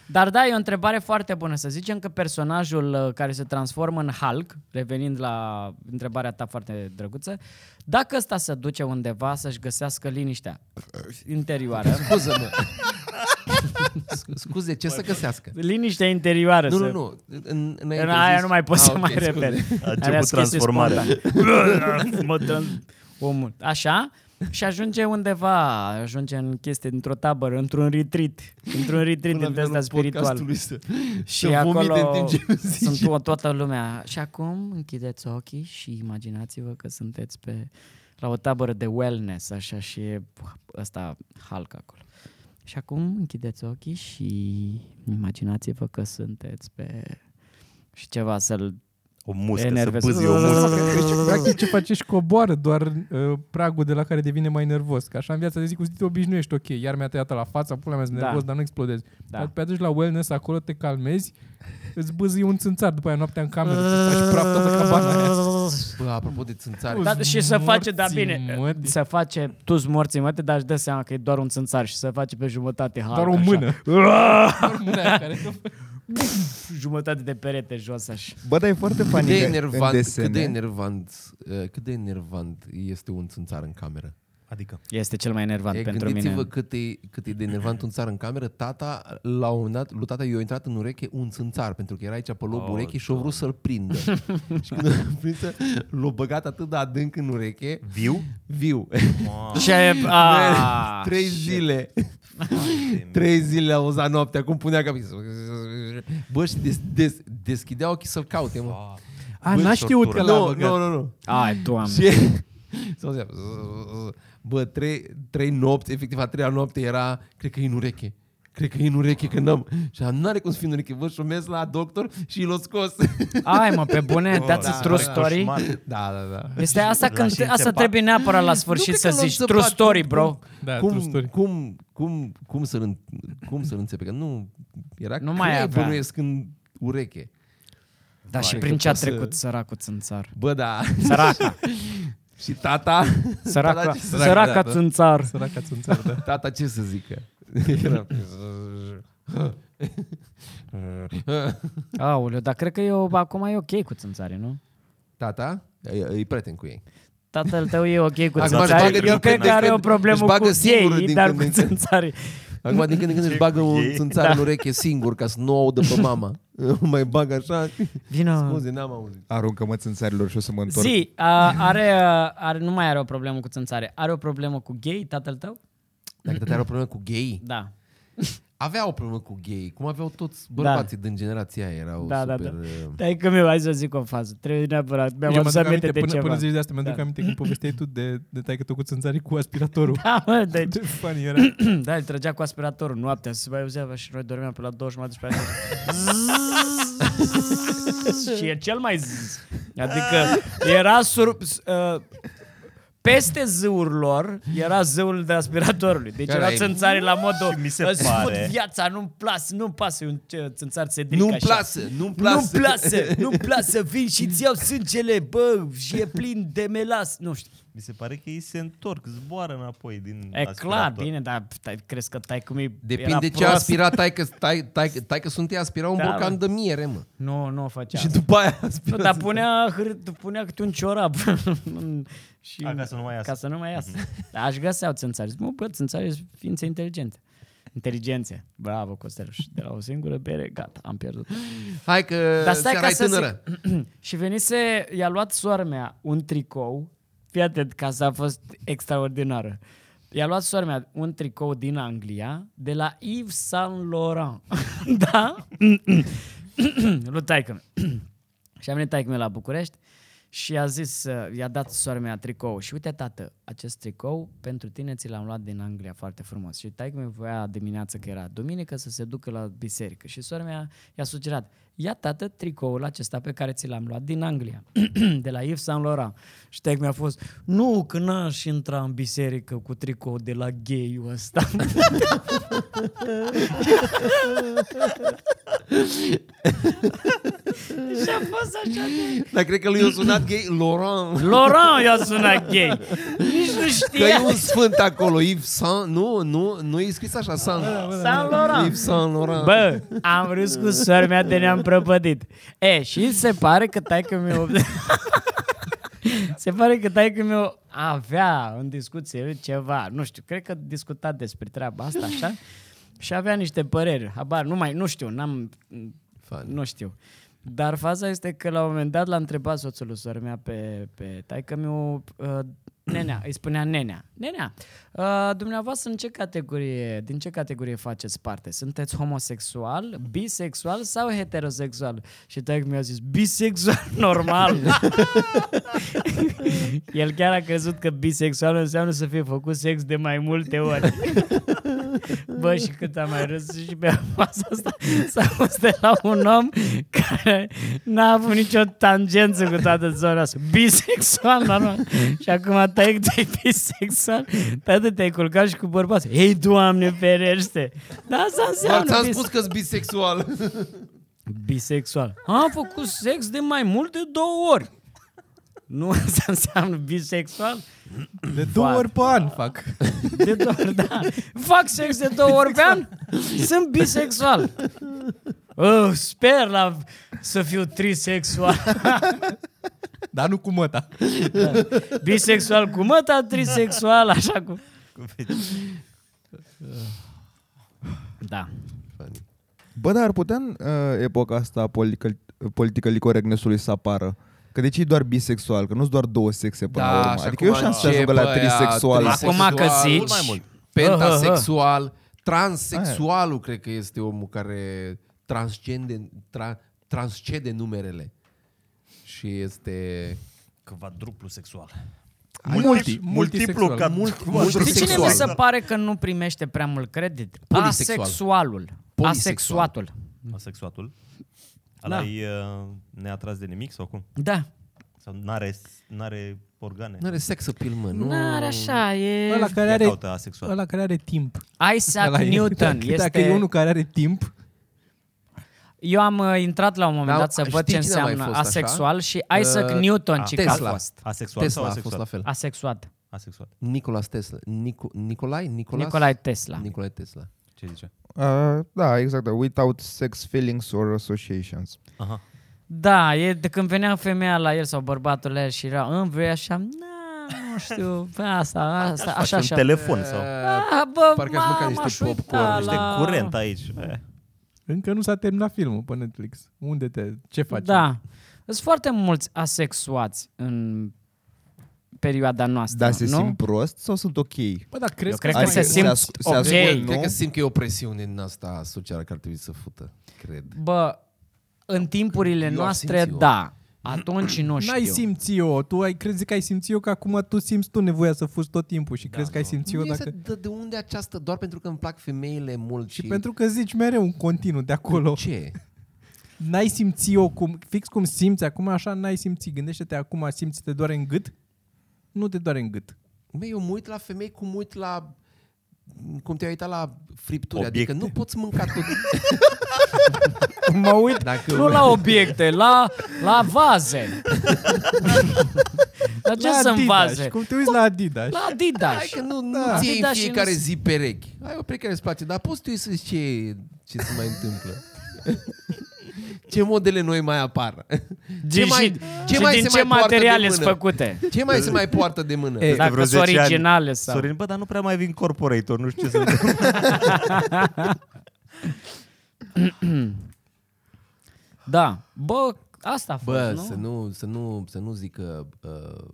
S1: Dar da, e o întrebare foarte bună. Să zicem că personajul uh, care se transformă în Hulk, revenind la întrebarea ta foarte drăguță, dacă ăsta se duce undeva să-și găsească liniștea interioară,
S2: Scuză-mă. Scu- Scuze, ce să găsească?
S1: liniștea interioară,
S2: Nu,
S1: să-
S2: nu, nu. În, înainte
S1: În aia
S2: zis-
S1: nu mai poți
S2: Ah,
S1: să
S2: ok,
S1: mai
S2: scuze.
S1: repede.
S4: A început
S1: Alea sunt chestii
S4: transformarea.
S1: spontane. Mă trans- Omul. Așa? Și ajunge undeva, ajunge în chestie, într-o tabără, într-un retreat, într-un retreat
S2: Până
S1: din ăsta
S2: la finalul
S1: spiritual.
S2: podcastului Să,
S1: Și
S2: să vomite
S1: acolo
S2: în timp ce îmi zici.
S1: sunt o, toată lumea. Și acum închideți ochii și imaginați-vă că sunteți pe, la o tabără de wellness, așa, și e ăsta Hulk acolo. Și acum închideți ochii și imaginați-vă că sunteți pe... Și ceva să-l
S4: O muscă, să
S1: enervezi.
S4: pâzi o muscă.
S3: Deci, practic, ce face și coboară doar uh, pragul de la care devine mai nervos. Că așa în viața de zi cu zi te obișnuiești, ok, iar mi-a tăiat la fața, pula mea, sunt
S1: Da.
S3: nervos, dar nu explodez.
S1: Da.
S3: Dar pe atunci la wellness acolo te calmezi, îți bâzi un țânțar după aia noaptea în cameră, să faci praf toată cabana aia.
S2: Bă, apropo de țânțare.
S1: Da, și să face, da
S3: morții,
S1: bine,
S3: mătii.
S1: să face tu morții măte, dar își dă seama că e doar un țânțar și să face pe jumătate Hulk,
S3: Doar o
S1: așa.
S3: mână. Doar mâna aia care-
S1: jumătate de perete jos așa.
S5: Bă, dar e foarte
S2: Cât
S5: funny
S2: de,
S5: că în
S2: enervant,
S5: desene,
S2: cât de enervant, uh, cât de enervant este un țânțar în cameră.
S4: Adică,
S1: Este cel mai enervant
S2: E,
S1: pentru mine.
S2: gândiți-vă cât e, cât e de enervant un țar în cameră. Tata, la un moment dat, lui tata i-a intrat în ureche un țânțar, pentru că era aici pe lobul
S4: Oh,
S2: oh, urechii și a vrut să-l prindă. și când l-a prins, l-a băgat atât de adânc în ureche,
S4: viu?
S2: viu.
S1: Și e,
S3: Ah,
S1: a,
S2: Trei zile. Trei zile a uzat noaptea, cum punea capii. Bă, și des, des, deschidea ochii să-l caute, mă.
S3: A,
S2: Bă,
S3: Ah, n-a știut
S4: tortură.
S3: că l-a
S2: Nu, nu,
S3: băgat.
S2: nu, nu.
S1: Ai, doamne.
S2: Și Să auzea, Bă, trei, trei nopți, efectiv a treia noapte era, cred că e în ureche. Cred că e în ureche, că n-am. Și am, n-are cum să fie în ureche. Bă, și eu mers la doctor și l-o scos.
S1: Ai, mă, pe bune, that's a
S4: da,
S1: true
S4: da,
S1: story.
S4: coșmar.
S2: da, da, da.
S1: Este asta
S4: La
S1: când
S4: și
S1: asta
S4: înțepat.
S1: trebuie neapărat la sfârșit
S2: cred
S1: să
S2: că l-a
S1: zici
S2: înțepat,
S1: true story, bro.
S3: Da, true
S2: cum,
S3: story.
S2: cum, cum, cum, să-l, în- cum să-l înțepe? Că nu, era
S1: Nu mai
S2: crai,
S1: avea.
S2: bănuiesc în ureche.
S1: Dar și
S2: Vai,
S1: prin
S2: că
S1: ce a
S2: poți să-
S1: trecut săracul țânțar.
S2: Bă, da. da,
S1: Săraca,
S2: și tata,
S1: săraca,
S2: ce-
S1: săraca țânțar.
S3: Săraca țânțar, da.
S2: tata ce să zică? Era...
S1: Aoleu, dar cred că eu, acum e ok cu țânțarii, nu?
S2: tata? E, e prieten cu ei.
S1: Tatăl tău e ok cu
S2: Acum își
S1: țânțarii?
S2: bagă
S1: Eu
S2: din
S1: cred
S2: când
S1: că
S2: în
S1: are
S2: când,
S1: o problemă
S2: își
S1: cu
S2: bagă singurul
S1: ei,
S2: din
S1: dar
S2: când
S1: cu
S2: în când.
S1: țânțarii.
S2: Acum din când în când își
S4: Ce
S2: bagă
S4: cu
S2: un
S4: ei?
S2: țânțar
S1: Da.
S2: în ureche singur ca să nu o audă pe mama. Mai bag
S1: Ah.
S2: așa.
S1: Vino.
S2: Scuze, n-am auzit.
S5: Aruncă-mă țânțarilor și o să mă întorc.
S1: Zi, a, are, a, are, nu mai are o problemă cu țânțare. Are o problemă cu gay, tatăl tău?
S2: Dacă te are o problemă cu gay,
S1: Da.
S2: avea o problemă cu gay, cum aveau toți bărbații din generația aia, erau
S1: Da, da,
S2: super...
S1: da.
S2: uh,
S1: Dai că mi-ai să zic o fază. Trebuie neapărat. Mi-am
S3: Eu mă
S1: adus
S3: duc
S1: aminte
S3: aminte,
S1: de
S3: până,
S1: ceva.
S3: până zici de asta, mă duc
S1: Da.
S3: aminte când povesteai tu de, de taică tu cu țânțarii cu aspiratorul.
S1: Da, mă, deci,
S3: Ce funny era.
S1: da, îl trăgea cu aspiratorul noaptea, se mai auzea și noi dormeam pe la două jumătate și pe la zzzz. Și e cel mai zzz. Adică era sur... s- uh, peste zâul lor era zâul de aspiratorului. Deci
S2: Care
S1: erau
S2: ai-
S1: țânțarii la modul
S4: Și mi se
S1: "Îți fut
S4: pare-
S1: viața, nu-mi plasă, nu-mi pasă. E un ce- țânțar sedric
S2: Nu-mi
S1: așa.
S2: place, nu-mi place.
S1: Nu-mi plasă, nu-mi plasă, vin și-ți iau sângele, bă, și e plin de melas. Nu știu.
S4: Mi se pare că ei se întorc, zboară înapoi din
S1: E clar,
S4: aspirator.
S1: bine, dar tai, crezi că tai cum e era
S2: Depinde ce
S1: prost?
S2: aspira taică, tai, tai, tai că sunt ei aspira un
S1: Da,
S2: borcan
S1: bă.
S2: de miere, mă.
S1: Nu, nu o făcea.
S2: Și după aia
S1: Nu,
S2: aspira.
S1: dar punea, hâr- punea câte un ciorap. și,
S4: A, ca să nu mai iasă. Mhm.
S1: Ca să nu mai iasă. Dar aș găseau țânțari. Zic, Mă, bă, țânțari sunt ființe inteligente. Inteligențe. Bravo, Costeluș. De la o singură bere, gata, am pierdut.
S2: Hai că
S1: Dar stai
S2: Ă, seara
S1: ca
S2: e
S1: să
S2: tânără.
S1: zic, Și venise, i-a luat soarmea un tricou, fii atent, casa a fost extraordinară. I-a luat soarmea un tricou din Anglia, de la Yves Saint Laurent. da? Lui taică Și a venit taică la București Și a zis, uh, i-a dat soarea mea tricou și uite tată, acest tricou pentru tine ți l-am luat din Anglia foarte frumos. Și taică mi voia dimineața că era duminică să se ducă la biserică și soarea mea i-a sugerat, ia tată tricoul acesta pe care ți l-am luat din Anglia, de la Yves Saint Laurent. Și taică mi-a fost, nu, că n-aș intra în biserică cu tricou de la gayul ăsta. și a fost așa de...
S2: Dar cred că lui a sunat gay Laurent.
S1: Laurent i-a sunat gay. Nici nu
S2: Că
S1: știa.
S2: e un sfânt acolo, Yves Saint... Nu, nu, nu e scris așa, Saint...
S1: Saint Laurent.
S2: Yves Saint Laurent.
S1: Bă, am râs cu sora mea de ne-am prăpădit. E, și se pare că taică meu... se pare că taică meu avea în discuție ceva, nu știu, cred că discuta despre treaba asta, așa, și avea niște păreri, habar, nu mai, nu știu, n-am,
S2: Fan.
S1: nu știu. Dar faza este că la un moment dat l-a întrebat soțul lui sora mea pe, pe taică meu uh, nenea, îi spunea nenea. Nenea, uh, dumneavoastră în ce categorie, din ce categorie faceți parte? Sunteți homosexual, bisexual sau heterosexual? Și taică mi-a zis, bisexual normal. El chiar a crezut că bisexual înseamnă să fie făcut sex de mai multe ori. Bă, și cât am mai râs și pe faza asta s-a fost de la un om care n-a avut nicio tangență cu toată zona asta. Bisexual, normal. Și acum tăi că e bisexual, tată te-ai culcat și cu bărbați. Ei, Doamne, ferește! Da, asta
S2: Dar
S1: înseamnă
S2: ți-am
S1: bise-
S2: spus că-s bisexual.
S1: bisexual. Am făcut sex de mai mult de două ori. Nu asta înseamnă bisexual?
S3: De două ori pe an fac.
S1: De două ori, da. Fac sex de două ori pe an, sunt bisexual. Uh, sper la, să fiu trisexual.
S3: Dar nu cu măta.
S1: Bisexual cu măta, trisexual, așa cum... Da.
S5: Bă, dar ar putea în uh, epoca asta a political, political correctness-ului să apară. Că de ce e doar bisexual? Că nu sunt doar două sexe
S1: Da,
S5: până la urmă.
S2: și
S5: Adică
S2: acum
S5: eu și am să ajungă
S2: începe
S5: la
S2: aia
S5: trisexual.
S1: Acum că zici-
S2: mult mai mult.
S1: Pentasexual,
S2: Pentasexual, transsexualul cred că este omul care transcende, tra, transcede numerele. Și este...
S4: Cândva duplu sexual.
S3: Multi,
S4: Multiplu, ca
S3: multisexual.
S4: mult,
S1: De cine mi se
S2: Sexual.
S1: pare că nu primește prea mult credit?
S2: Polisexual.
S1: Asexualul.
S2: Polisexual.
S1: Asexuatul.
S4: Asexuatul. Ala e uh, neatras de nimic sau cum?
S1: Da.
S4: Sau n-are, n-are organe?
S2: Nu are sex appeal, mă, nu?
S1: N-are așa, e...
S3: Ăla care
S4: Ia
S3: are,
S4: caută asexual.
S3: ăla care are timp.
S1: Isaac
S3: Ăla e-
S1: Newton
S3: dacă,
S1: este...
S3: Dacă e unul care are timp,
S1: Eu am uh, intrat la un moment
S2: Dar
S1: dat să
S2: știi
S1: văd ce
S2: cine a mai
S1: înseamnă
S2: fost așa?
S1: asexual și Isaac
S2: Uh,
S1: Newton,
S4: a,
S1: ci că a
S2: Tesla.
S1: fost.
S4: Asexual sau
S2: Tesla a fost
S4: asexual?
S2: la fel.
S1: Asexuat.
S4: Asexual.
S2: Nicolas Tesla. Nico, Nicolai? Nicolas?
S1: Nicolae Tesla.
S2: Nicolae Tesla.
S4: Ce zice?
S5: Uh, da, exact. da. Without sex feelings or associations.
S4: Aha.
S1: Da, e de când venea femeia la el sau bărbatul la el și era îmi vrei așa, "Na, nu știu, pe asta, asta, așa,
S4: Așa, un
S1: așa.
S4: telefon sau...
S2: Eh,
S1: Ah, bă,
S2: Parcă aș mânca
S1: m-am
S2: niște
S1: aș uita
S2: popcorn,
S4: Niște
S1: Da, la-
S4: curent aici.
S3: încă nu s-a terminat filmul pe Netflix. Unde te... Ce faci?
S1: Da. Sunt foarte mulți asexuați în perioada noastră,
S2: Da,
S5: Dar se
S1: Da, nu?
S5: simt prost sau sunt ok? Adică
S3: Bă, dar crezi
S1: Eu cred
S3: mai
S1: că se
S3: e?
S5: Se
S1: simt
S5: ascu- se
S1: ok.
S5: ascult,
S2: Cred
S5: Nu?
S2: că simt că e o presiune din asta socială care ar trebui să fută, cred.
S1: Bă, în timpurile
S2: Eu aș
S1: noastre,
S2: simți eu.
S1: da. Atunci nu știu.
S3: N-ai simțit-o, tu ai crezi că ai simțit-o că acum tu simți tu nevoia să fuzi tot timpul
S1: Da,
S3: și crezi că ai simțit-o
S2: Nu
S3: dacă...
S2: este de, de unde această, doar pentru că îmi plac femeile mult și...
S3: Și pentru că zici mereu un continuu de acolo.
S1: Deci-
S2: Ce?
S3: N-ai simțit-o cum, fix cum simți acum, așa n-ai simțit. Gândește-te acum, simți te doare în gât? Nu te doare în gât.
S2: Măi, eu mă uit la femei cum mă uit la cum te-ai uitat la fripturi,
S4: Obiecte.
S2: adică nu poți mânca tot.
S1: Mă uit
S2: Dacă-
S1: nu la obiecte, la, la vaze. Dar ce
S3: La
S1: sunt
S3: Adidas,
S1: vaze?
S3: Cum te uiți la Adidas.
S1: La
S2: Hai
S1: Adidas.
S2: că nu, nu
S1: Da.
S2: ți iei
S1: Da,
S2: în
S1: și
S2: fiecare
S1: nu-
S2: zi perechi. Ai o pereche care îți place, dar poți tu să zici ce, ce se mai întâmplă. Ce modele noi mai apar? Ce
S1: Și-
S2: mai-
S1: și-
S2: ce
S1: și
S2: mai
S1: din
S2: se
S1: ce
S2: mai poartă
S1: materiale
S2: de
S1: sunt
S2: mână?
S1: făcute?
S2: Ce mai se mai poartă de mână?
S3: E,
S1: Dacă
S4: vreo
S1: sunt
S4: 10 ani.
S1: originale sau...
S4: Sorin, bă, dar nu prea mai vin corporator, nu știu ce să
S1: Da. Bă, asta a fost,
S2: Bă,
S1: nu?
S2: să nu, să nu, să nu zică uh,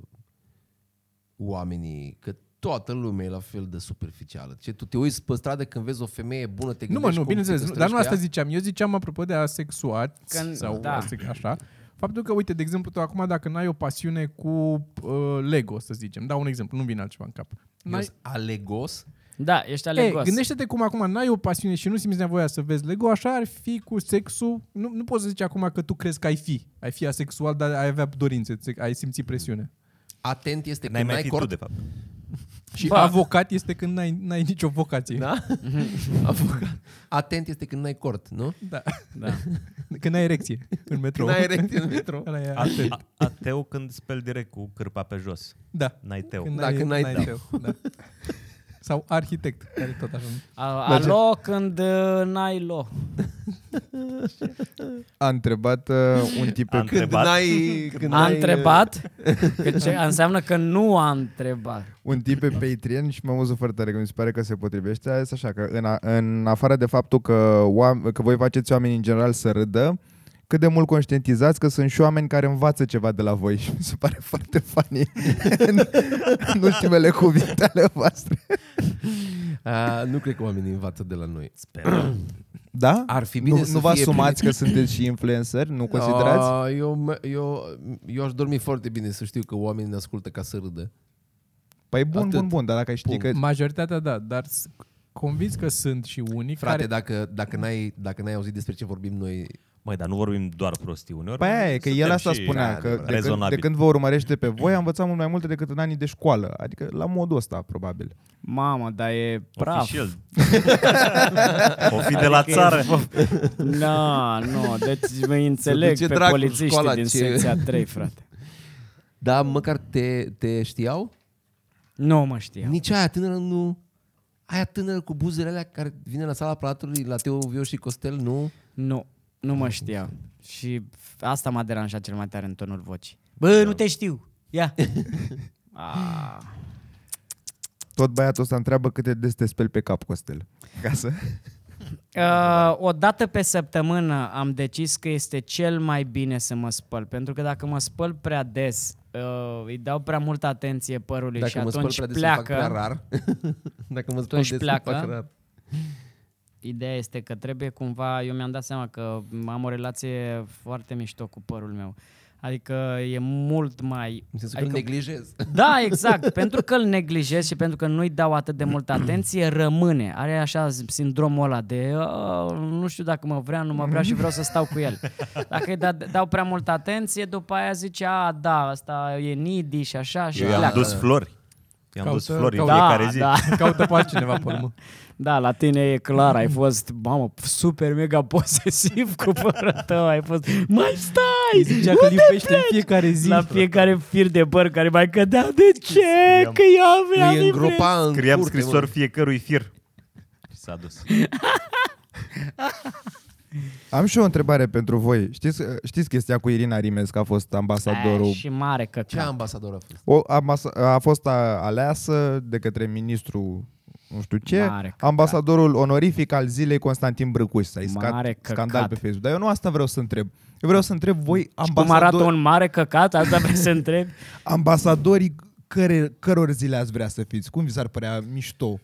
S2: oamenii că toată lumea e la fel de superficială. Ce tu te uiți pe stradă când vezi o femeie bună, te
S3: Nu
S2: gândești
S3: mă, nu,
S2: cum
S3: bineînțeles.
S2: se
S3: nu, Dar nu
S2: căsătorește
S3: asta
S2: ea?
S3: ziceam. Eu ziceam apropo de asexuați
S1: Când-
S3: sau
S1: da.
S3: da. așa. Faptul că, uite, de exemplu, tu acum dacă n-ai o pasiune cu uh, Lego, să zicem, dau un exemplu, nu vine altceva în cap.
S2: Eu
S3: N-ai,
S2: sunt alegos.
S1: Da, ești
S3: e,
S1: alegos.
S3: gândește-te cum acum n-ai o pasiune și nu simți nevoia să vezi Lego, așa ar fi cu sexul. Nu, nu poți să zici acum că tu crezi că ai fi. Ai fi asexual, dar ai avea dorințe, ți- ai simți presiune.
S2: Atent este
S4: N-ai
S2: când
S4: mai
S2: n-ai
S4: fi tu,
S2: cort.
S4: de fapt.
S3: Și
S1: Ba.
S3: avocat este când n-ai, n-ai nicio vocație.
S2: Da? Avocat. Atent este când n-ai cort, nu?
S3: da.
S1: Da.
S3: Când ai erecție în metrou.
S2: Când n-ai erecție în metro.
S3: Ăla e
S4: A,
S3: atent.
S4: a, ateu când speli direct cu cârpa pe jos.
S3: Da.
S4: N-ai teu.
S3: Când
S2: Da,
S3: ai,
S2: când ai tău.
S3: tău, Da. Sau arhitect, care tot așa.
S1: A, alo când uh, n-ai lo.
S5: A întrebat uh, un tip
S4: A
S5: pe
S2: Când
S4: Întrebat.
S2: n-ai... Când uh,
S1: A
S2: n-ai,
S1: întrebat? Că ce înseamnă că nu a întrebat.
S5: un tip pe Patreon și m-am amuzat foarte tare că mi se pare că se potrivește. A zis așa că în, a, în afară de faptul că, oam- că voi faceți oamenii în general să râdă, cât de mult conștientizați că sunt și oameni care învață ceva de la voi și mi se pare foarte funny în, în ultimele cuvinte ale voastre.
S2: A, nu cred că oamenii învață de la noi.
S4: Sper.
S5: Da?
S2: Ar fi bine Ah,
S5: Nu,
S2: să
S5: nu vă
S2: fie
S5: asumați că sunteți și influenceri? Nu considerați?
S2: A, eu, eu, eu aș dormi foarte bine să știu că oamenii ne ascultă ca să râdă.
S5: Păi bun,
S2: Atât.
S5: bun, bun, dar dacă ai ști
S2: Bun.
S5: că...
S3: Majoritatea da, dar s- convins că sunt și unii
S2: Frate,
S3: care...
S2: dacă, dacă, n-ai, dacă n-ai auzit despre ce vorbim noi...
S4: Măi, dar nu vorbim doar prostii uneori.
S5: Păi aia e, că
S4: suntem
S5: el asta
S4: și Da,
S5: spunea, că de când, de
S4: rezonabil.
S5: când vă urmărește pe voi, am învățat mult mai multe decât în anii de școală. Adică la modul ăsta, probabil.
S1: Mamă, dar e
S4: O fi
S1: praf.
S4: și el. o fi de la
S1: Adică e-
S4: țară.
S1: Na, nu, deci mă înțeleg
S2: duce
S1: pe
S2: dracu
S1: polițiștii
S2: școala,
S1: din
S2: ce-
S1: secția 3, frate.
S2: Da, măcar te, te știau?
S1: Nu mă știam.
S2: Nici aia tânără nu... Aia tânără cu buzele alea care vine la sala palatului, la Teo Vio și Costel, nu?
S1: Nu, nu mă știam. Și asta m-a deranjat cel mai tare în tonul vocii. Bă, nu te știu. Ia. Ah.
S5: Tot băiatul ăsta întreabă câte des te speli pe cap, Costel. Ca să...
S1: Uh, o dată pe săptămână am decis că este cel mai bine să mă spăl, pentru că dacă mă spăl prea des, uh, îi dau prea multă atenție părului și
S2: Dacă mă spăl
S1: Deci atunci
S2: prea des, îmi fac
S1: pleacă.
S2: prea rar. Dacă mă spăl
S1: Atunci
S2: des, îmi
S1: pleacă.
S2: fac rar.
S1: Ideea este că trebuie cumva, eu mi-am dat seama că am o relație foarte mișto cu părul meu. Adică e mult mai...
S2: În sensul că îl
S1: adică
S2: neglijez.
S1: Da, exact. pentru că îl neglijez și pentru că nu-i dau atât de multă atenție, rămâne. Are așa sindromul ăla de "A, nu știu dacă mă vrea, nu mă vrea și vreau să stau cu el. Dacă îi da, dau prea multă atenție, după aia zice, a, da, asta e needy și așa și
S4: Eu i-am
S1: pleacă.
S4: dus flori. I-am dus
S3: Caută-
S4: flori în
S3: caută-
S4: fiecare zi.
S1: Da,
S3: Caută pe altcineva pe urmă.
S1: da, la tine e clar, ai fost, mamă, super mega posesiv cu părul tău, ai fost, mai stai!
S3: Zicea că îl
S1: unde
S3: iubește în
S1: pleci?"
S3: fiecare zi.
S1: La fiecare fir de păr care mai cădea, de ce? Că eu vreau
S2: Îi îngropa în
S4: Scriam
S2: curte, mă.
S4: scrisori fiecărui fir. Și s-a dus.
S5: Am și eu o întrebare pentru voi. Știți, știți chestia cu Irina Rimes, că a fost ambasadorul...
S1: Aia, și mare
S2: Ce
S1: căcat.
S2: ambasador a fost?
S5: O, ambas- a fost a, aleasă de către ministru nu știu ce,
S1: Mare căcat.
S5: ambasadorul onorific al zilei Constantin Brâcuș. S-a
S1: Mare
S5: iscat
S1: căcat.
S5: scandal pe Facebook. Dar eu nu asta vreau să întreb. Eu vreau să întreb voi
S1: Cum arată
S5: ambasador,
S1: un mare căcat? Asta vrei să întreb?
S5: ambasadorii care, căror zile ați vrea să fiți. Cum vi s-ar părea mișto?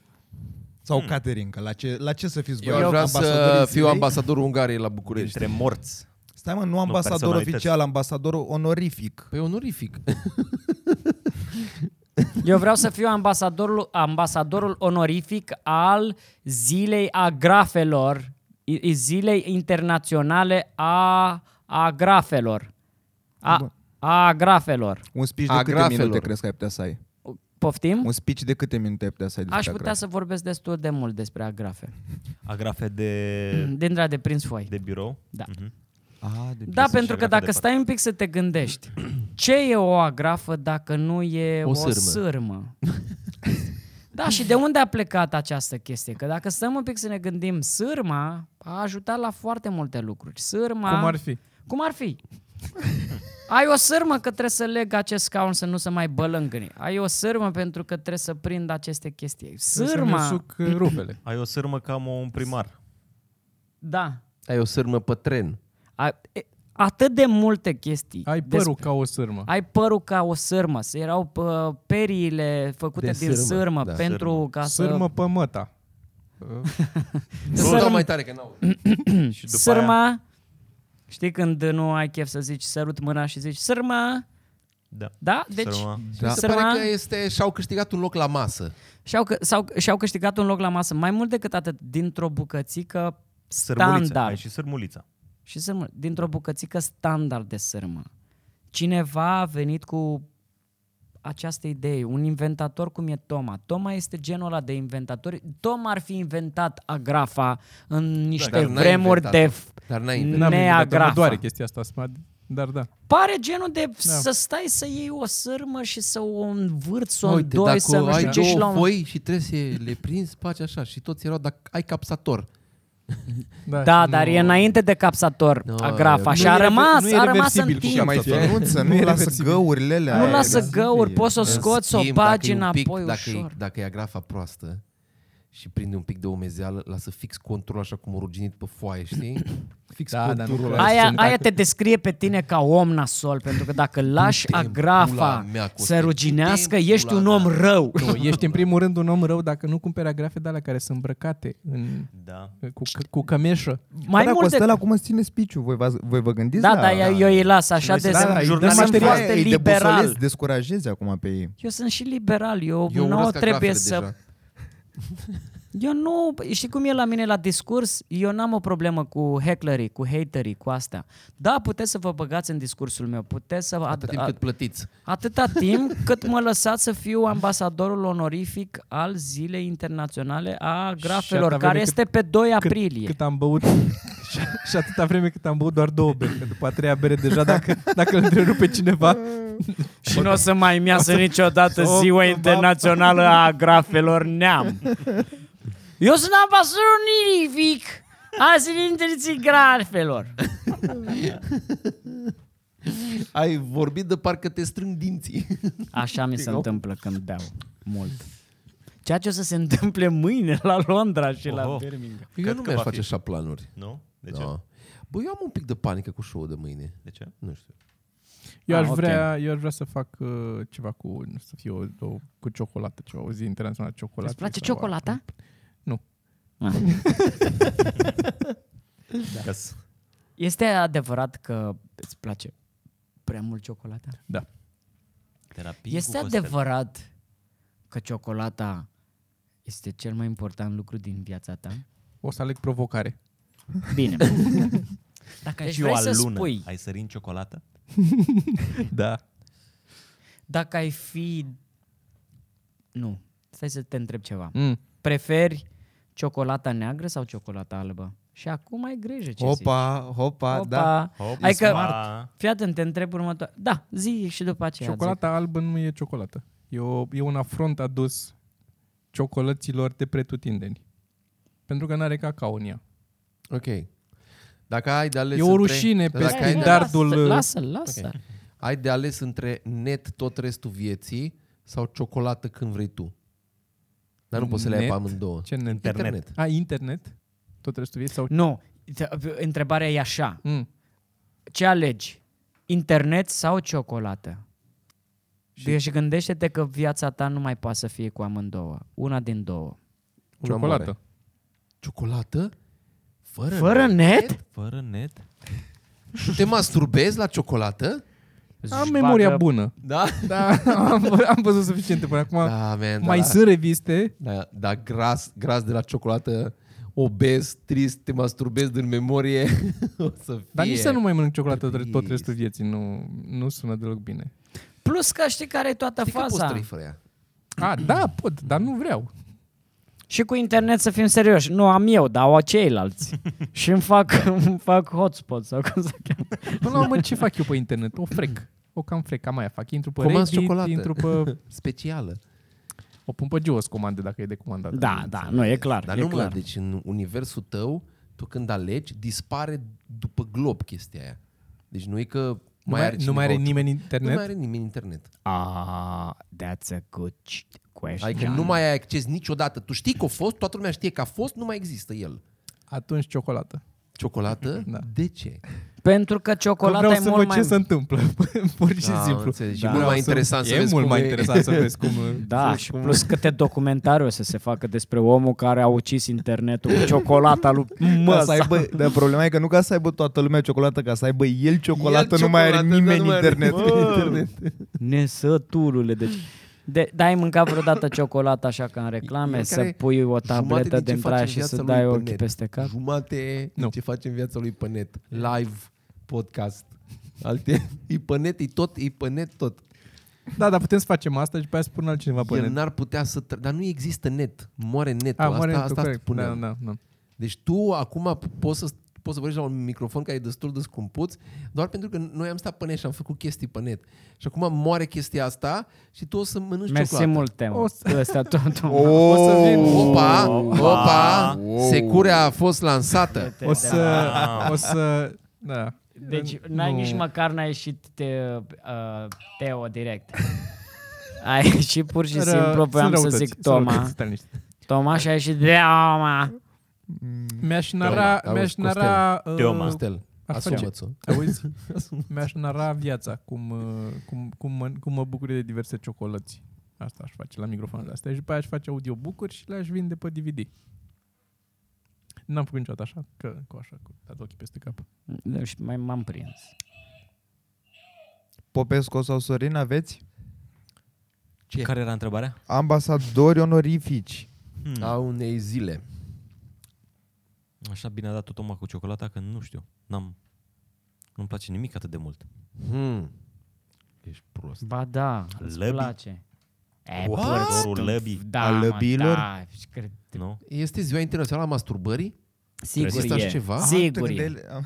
S5: Sau hmm. catering, că la ce, la ce să fiți voi?
S2: Eu aș vrea
S5: ambasadorii
S2: să fiu
S5: zilei?
S2: ambasadorul Ungariei la București.
S4: Dintre morți.
S5: Stai mă, nu ambasador
S4: personalități.
S5: oficial, ambasador onorific.
S2: Păi onorific.
S1: Eu vreau să fiu ambasadorul, ambasadorul onorific al zilei agrafelor, i- i- zilei internaționale a agrafelor. A, a agrafelor.
S5: Un speech
S2: A
S5: de câte
S2: grafelor.
S5: minute crezi că ai putea să ai?
S1: Poftim?
S5: Un speech de câte minute ai putea să ai despre
S1: Hm? Aș putea
S5: agraf?
S1: să vorbesc destul de mult despre agrafe.
S4: Agrafe de,
S1: Dintre de prins foi.
S4: de birou.
S1: Da.
S4: Mhm.
S5: Ah, de
S1: Da,
S4: să-și
S1: pentru că
S4: arate
S1: dacă
S4: departe.
S1: stai un pic să te gândești, ce e o agrafă dacă nu e
S2: O
S1: o sârmă?
S2: sârmă.
S1: Da, și de unde a plecat această chestie? Că dacă stăm un pic să ne gândim, sârma a ajutat la foarte multe lucruri. Sârma...
S3: Cum ar fi?
S1: Cum ar fi? Ai o sârmă că trebuie să leg acest scaun să nu se mai bălângâne. Ai o sârmă pentru că trebuie să prind aceste chestii.
S3: Trebuie să-mi
S1: Sârma...
S3: suc uh, rupele.
S4: Ai o sârmă ca am un primar.
S1: Da.
S2: Ai o sârmă pe tren.
S1: A, e, atât de multe chestii.
S3: Ai
S1: despre-
S3: părul ca o sârmă.
S1: Ai părul ca o sârmă. Se erau pă, periile făcute
S2: De
S1: din
S2: sârmă,
S1: sârmă,
S2: da.
S1: pentru ca să...
S3: Sârmă pe măta. Uh,
S1: Mm-hmm.
S2: Să dau mai tare că n-au.
S4: Mm. Și după
S1: sârma Știi când nu ai chef să zici sărut mâna și zici sărma?
S4: Da.
S1: Da? Deci
S4: Sărma.
S2: Da. Se
S1: Sărma.
S2: pare că este, și-au câștigat un loc la masă.
S1: și-au, că, sau, și-au câștigat un loc la masă. Mai mult decât atât, dintr-o bucățică
S4: Sărmulița.
S1: standard.
S4: Ai și sărmulița.
S1: și sârmă, dintr-o bucățică standard de sârmă. Cineva a venit cu această idee, un inventator cum e Toma. Toma este genul ăla de inventatori. Toma ar fi inventat agrafa în niște
S2: dar
S1: da,
S2: n-a
S1: vremuri
S2: inventat-o.
S1: de
S2: Dar n-ai inventat.
S3: N-am invitat-o, mă
S1: neagrafa.
S3: doare chestia asta, smad. Dar da.
S1: Pare genul de să stai să iei o sârmă și să o învârți, să o
S2: Uite,
S1: îndoi,
S2: dacă
S1: să nu
S2: ai
S1: știu ce și la
S2: două
S1: un...
S2: foi și trebuie să le prinzi, faci așa. Și toți erau, dacă ai capsator.
S1: Da,
S3: nu-
S1: dar e înainte de capsator
S2: Nu,
S1: agrafa
S3: nu
S1: și
S3: e
S1: a
S3: rever-
S1: rămas,
S3: nu e
S1: a rămas
S3: reversibil
S1: în
S3: cum
S1: timp.
S5: Și mai
S3: Capsator.
S5: finuță,
S3: Nu e
S5: nu lasă
S3: reversibil.
S5: găurile alea.
S1: Nu
S5: Aia,
S1: lasă
S5: da.
S1: găuri, poți să o
S2: În
S1: scoți, să o
S2: schimb,
S1: bagi
S2: dacă e un pic-
S1: înapoi
S2: dacă e,
S1: ușor.
S2: dacă e agrafa proastă și prinde un pic de umezeală, lasă fix conturul așa cum ruginit pe foaie, știi?
S1: Păi
S2: Fix
S3: Da, dar nu
S2: conturul
S3: cred.
S2: ăla.
S1: Aia,
S3: sunt
S1: aia
S3: dacă-
S1: te descrie pe tine ca om nasol, pentru că dacă lași
S2: Du-te-n pula
S1: agrafa
S2: mea, Cosmin,
S1: să ruginească,
S2: du-te-n
S1: ești un
S2: pula
S1: om
S2: mea.
S1: rău.
S3: Nu, ești în primul rând un om rău dacă nu cumperi agrafe de alea care sunt îmbrăcate în,
S4: Da.
S3: cu, cu cămeșă.
S1: Mai
S5: Bă,
S1: mult
S5: mult
S1: de...
S5: de... cum îți ține spiciul? Voi, v-ați- voi vă gândiți
S1: Da,
S5: la...
S1: dar eu, eu îi las așa
S4: noi
S1: de...
S4: suntem
S1: Da,
S4: da, îi dăm
S1: sunt
S4: material,
S1: foarte
S5: îi
S1: liberal.
S5: debusolezi, descurajezi acum pe ei.
S1: Eu sunt și liberal, eu,
S2: Eu
S1: eu
S2: urăsc
S1: nu
S2: agrafele
S1: trebuie să...
S2: deja.
S1: Eu nu, știi cum e la mine la discurs? Eu n-am o problemă cu hecklerii, cu haterii, cu astea. Da, puteți să vă băgați în discursul meu, puteți să...
S2: Atât timp cât plătiți.
S1: Atâta timp cât mă lăsați să fiu ambasadorul onorific al Zilei Internaționale a
S3: atâta
S1: Grafelor,
S3: vreme
S1: care
S3: cât-
S1: este pe 2 aprilie.
S3: Cât am băut și, și atâta vreme cât am băut doar două bere, că după a treia bere deja dacă, dacă îl întrerupe cineva,
S1: Ah, Și nu o să mai miasă niciodată
S3: să-
S1: Ziua
S3: să-
S1: Internațională a Grafelor Neam. Eu sunt ambasadorul onorific a Zilei Internaționale Grafelor.
S2: Ai vorbit de parcă te strâng dinții.
S1: Așa mi se întâmplă când beau mult. Ceea ce o să se întâmple mâine la Londra și la
S3: Oh.
S4: Oho.
S1: Birmingham.
S2: Eu
S4: Cred
S2: nu
S4: că
S2: mi-aș
S4: va
S2: face
S4: fi.
S2: așa planuri.
S4: Nu? De ce?
S2: Da. Bă, eu am un pic de panică cu show-ul de mâine.
S4: De ce?
S2: Nu știu.
S3: eu aș,
S1: Ah, ok.
S3: vrea, eu aș vrea să fac uh, ceva cu, nu știu, să fie o, o, cu ciocolată, ceva, o zi internațională a ciocolatei.
S1: Îți place
S3: sau a-
S1: ciocolata?
S3: Nu.
S1: Ah.
S4: Da. Ca să-
S1: Este adevărat că îți place prea mult ciocolata?
S3: Da.
S4: Terapie
S1: Este
S4: cu Costel.
S1: adevărat că ciocolata este cel mai important lucru din viața ta?
S3: O să aleg provocare.
S1: Bine. Dacă ai
S4: Deci
S1: fi
S4: vrei
S1: o
S4: să
S1: alună,
S4: spui.
S1: spui,
S4: Ai sărit în ciocolată?
S3: Da.
S1: dacă ai fi... Nu, stai să te întreb ceva.
S3: Mm.
S1: Preferi ciocolata neagră sau ciocolata albă? Și acum ai grijă ce zici.
S5: Hopa, hopa,
S1: Opa.
S5: da.
S4: Hop,
S1: Hai că-
S4: smart.
S1: Fii atent, te întreb următoare. Da, zi și după aceea. zic.
S3: Ciocolata albă nu e ciocolată. E, o, e un afront adus ciocolăților de pretutindeni. Pentru că nu are cacao în ea.
S2: Ok. Dacă ai de ales
S3: E o
S2: între-
S3: rușine
S2: dacă
S3: peste
S2: ai de-
S1: Hai,
S3: dardul-
S1: Lasă, lasă.
S2: Ok.
S1: lasă.
S2: Ai de ales între net tot restul vieții sau ciocolată când vrei tu. Dar nu poți să le ai
S3: Net?
S2: pe amândouă.
S3: Ce ne
S4: Internet.
S3: A, internet? Tot restul vieții? Sau...
S1: Nu, t- întrebarea e așa.
S3: Mm.
S1: Ce alegi? Internet sau ciocolată? Și, și gândește-te că viața ta nu mai poate să fie cu amândouă. Una din două.
S2: Una
S3: Ciocolată.
S2: mare. Ciocolată? Fără,
S1: Fără net?
S4: Fără net?
S2: Tu te masturbezi la ciocolată?
S3: Am
S1: Își
S3: memoria
S1: bagă-
S3: bună.
S2: Da?
S3: Da, am, am văzut suficiente până acum. Da,
S2: Da, man,
S3: mai
S2: da.
S3: sunt reviste.
S2: Da, da gras, gras de la ciocolată, obez, trist, te masturbezi din memorie. o să fie.
S3: Dar nici să nu mai mănânc ciocolată tot- tot
S2: Trist.
S3: restul vieții. Nu, nu sună deloc bine.
S1: Plus că știi care e toată
S2: Știi că poți
S1: faza.
S2: trăi fără ea.
S3: A, da, pot, dar nu vreau.
S1: Și cu internet să fim serioși. Nu am eu, dar au ceilalți. și îmi fac, îmi fac hotspot sau cum se cheamă.
S3: Până la urmă, ce fac eu pe internet? O frec. O cam frec, cam aia fac. Intru pe
S2: Comanzi
S3: Reddit,
S2: ciocolată.
S3: intru pe...
S2: Specială.
S3: O pun pe geos comandă dacă e de comandat.
S1: Da, da, nu, e clar.
S2: Dar
S1: e
S2: nu mă,
S1: clar.
S2: deci în universul tău, tu când alegi, dispare după glob chestia aia. Deci nu e că
S3: Nu
S2: mai, are,
S3: nu mai are
S2: cineva o-
S3: nimeni
S2: Nu mai
S3: internet?
S2: are nimeni internet.
S1: Ah, that's a good question.
S2: Adică nu mai ai acces niciodată. Tu știi că a fost, toată lumea știe că a fost, nu mai există el.
S3: Atunci ciocolată.
S2: Ciocolată?
S3: Da.
S2: De ce?
S1: Pentru că
S3: Că
S1: ciocolata
S3: vreau
S1: e
S3: să
S1: mult
S3: văd
S1: mai...
S3: ce se întâmplă, pur și
S2: Da,
S3: simplu.
S2: înțeleg. Și mult mai
S3: Vreau
S2: interesant să
S3: e
S2: vezi
S3: mult
S2: cum
S3: mai
S2: e.
S3: interesant să vezi cum...
S2: Să
S1: Da,
S2: vezi
S1: și
S2: cum-
S1: plus câte documentare o să se facă despre omul care a ucis internetul cu ciocolata lui
S5: Ca să
S1: măsa.
S5: aibă, dar problema e că nu ca să aibă toată lumea ciocolată, ca să aibă el ciocolată, nu mai are
S2: ciocolată, dar
S5: nimeni
S2: nu mai are
S5: internet.
S2: nimeni internet.
S1: Nesătulule, deci... De, da, ai mâncat vreodată ciocolată așa ca în reclame,
S2: El
S1: să
S2: care-
S1: pui o
S2: Jumate
S1: tabletă de
S2: din ce face
S1: intrare
S2: în
S1: și
S2: viața
S1: să
S2: lui
S1: dai
S2: pe
S1: ochii
S2: net.
S1: peste cap?
S2: Jumate nu.
S3: Nu.
S2: ce face în viața lui pe net. Live, podcast. Alte, e pe net, e tot, e pe net tot.
S3: Da, dar putem să facem asta și pe aia să spun altcineva pe
S2: El
S3: net.
S2: n-ar putea să... Tr- dar nu există net. Moare netul.
S3: Păi A,
S2: asta,
S3: mare,
S2: asta
S3: corect.
S2: spune.
S3: Da, da, da.
S2: Deci tu acum poți să poți să vorbești la un microfon care e destul de scumpuț, doar pentru că noi am stat pe net și am făcut chestii pe net. Și acum moare chestia asta și tu o să mănânci
S1: Mersi
S2: ciocolată.
S1: mult, Teo.
S3: O
S1: Ăsta tot,
S3: O să vin.
S2: Opa,
S4: Opa.
S2: opa,
S5: Wow.
S2: securea a fost lansată.
S3: O să...
S4: Da.
S3: O să... Da.
S1: Deci n-ai,
S3: Nu.
S1: nici măcar n-a ieșit te, uh, Teo direct. Ai ieșit pur și
S3: Ră-
S1: simplu,
S3: sunt
S1: voiam să
S3: răutăți,
S1: zic
S3: sunt
S1: Toma.
S3: răutăți, stai liniștit.
S1: Toma și a ieșit Toma.
S3: Mm. Mi-aș
S2: Teoma,
S3: nara...
S2: auzi,
S3: Mi-aș
S2: Costel.
S3: nara... uh,
S4: Teoma.
S2: Costel,
S3: Ar face.
S2: asumă-ți-o.
S3: Auzi? Mi-aș nara viața cum, uh, cum, cum, mă, cum mă bucur de diverse ciocolăți. Asta aș face la microfonul astea. Și după aia aș face audiobook-uri și le-aș vinde pe DVD. N-am făcut niciodată așa, că, cu așa, cu dat ochii peste cap.
S1: Da, Și mai m-am prins.
S5: Popescu sau Sorin aveți?
S2: Ce?
S4: Care era întrebarea?
S5: Ambasadori onorifici.
S4: Hmm.
S2: A unei zile.
S4: Așa bine a dat tot omul cu ciocolata că nu știu. N-am, nu-mi place nimic atât de mult.
S2: Hmm. Ești prost.
S1: Ba da, îți
S4: Lăbii?
S1: place. E,
S4: What?
S1: părți,
S4: Dorul
S1: tu-
S4: lăbii.
S1: Da,
S5: A
S1: mă,
S5: lăbilor?
S1: Da, și cred,
S4: Nu?
S2: Este ziua internațională a masturbării?
S3: Da.
S1: sigur
S2: Există
S1: e.
S2: așa ceva?
S1: Sigur
S5: Ah, te
S1: e.
S5: gândeai-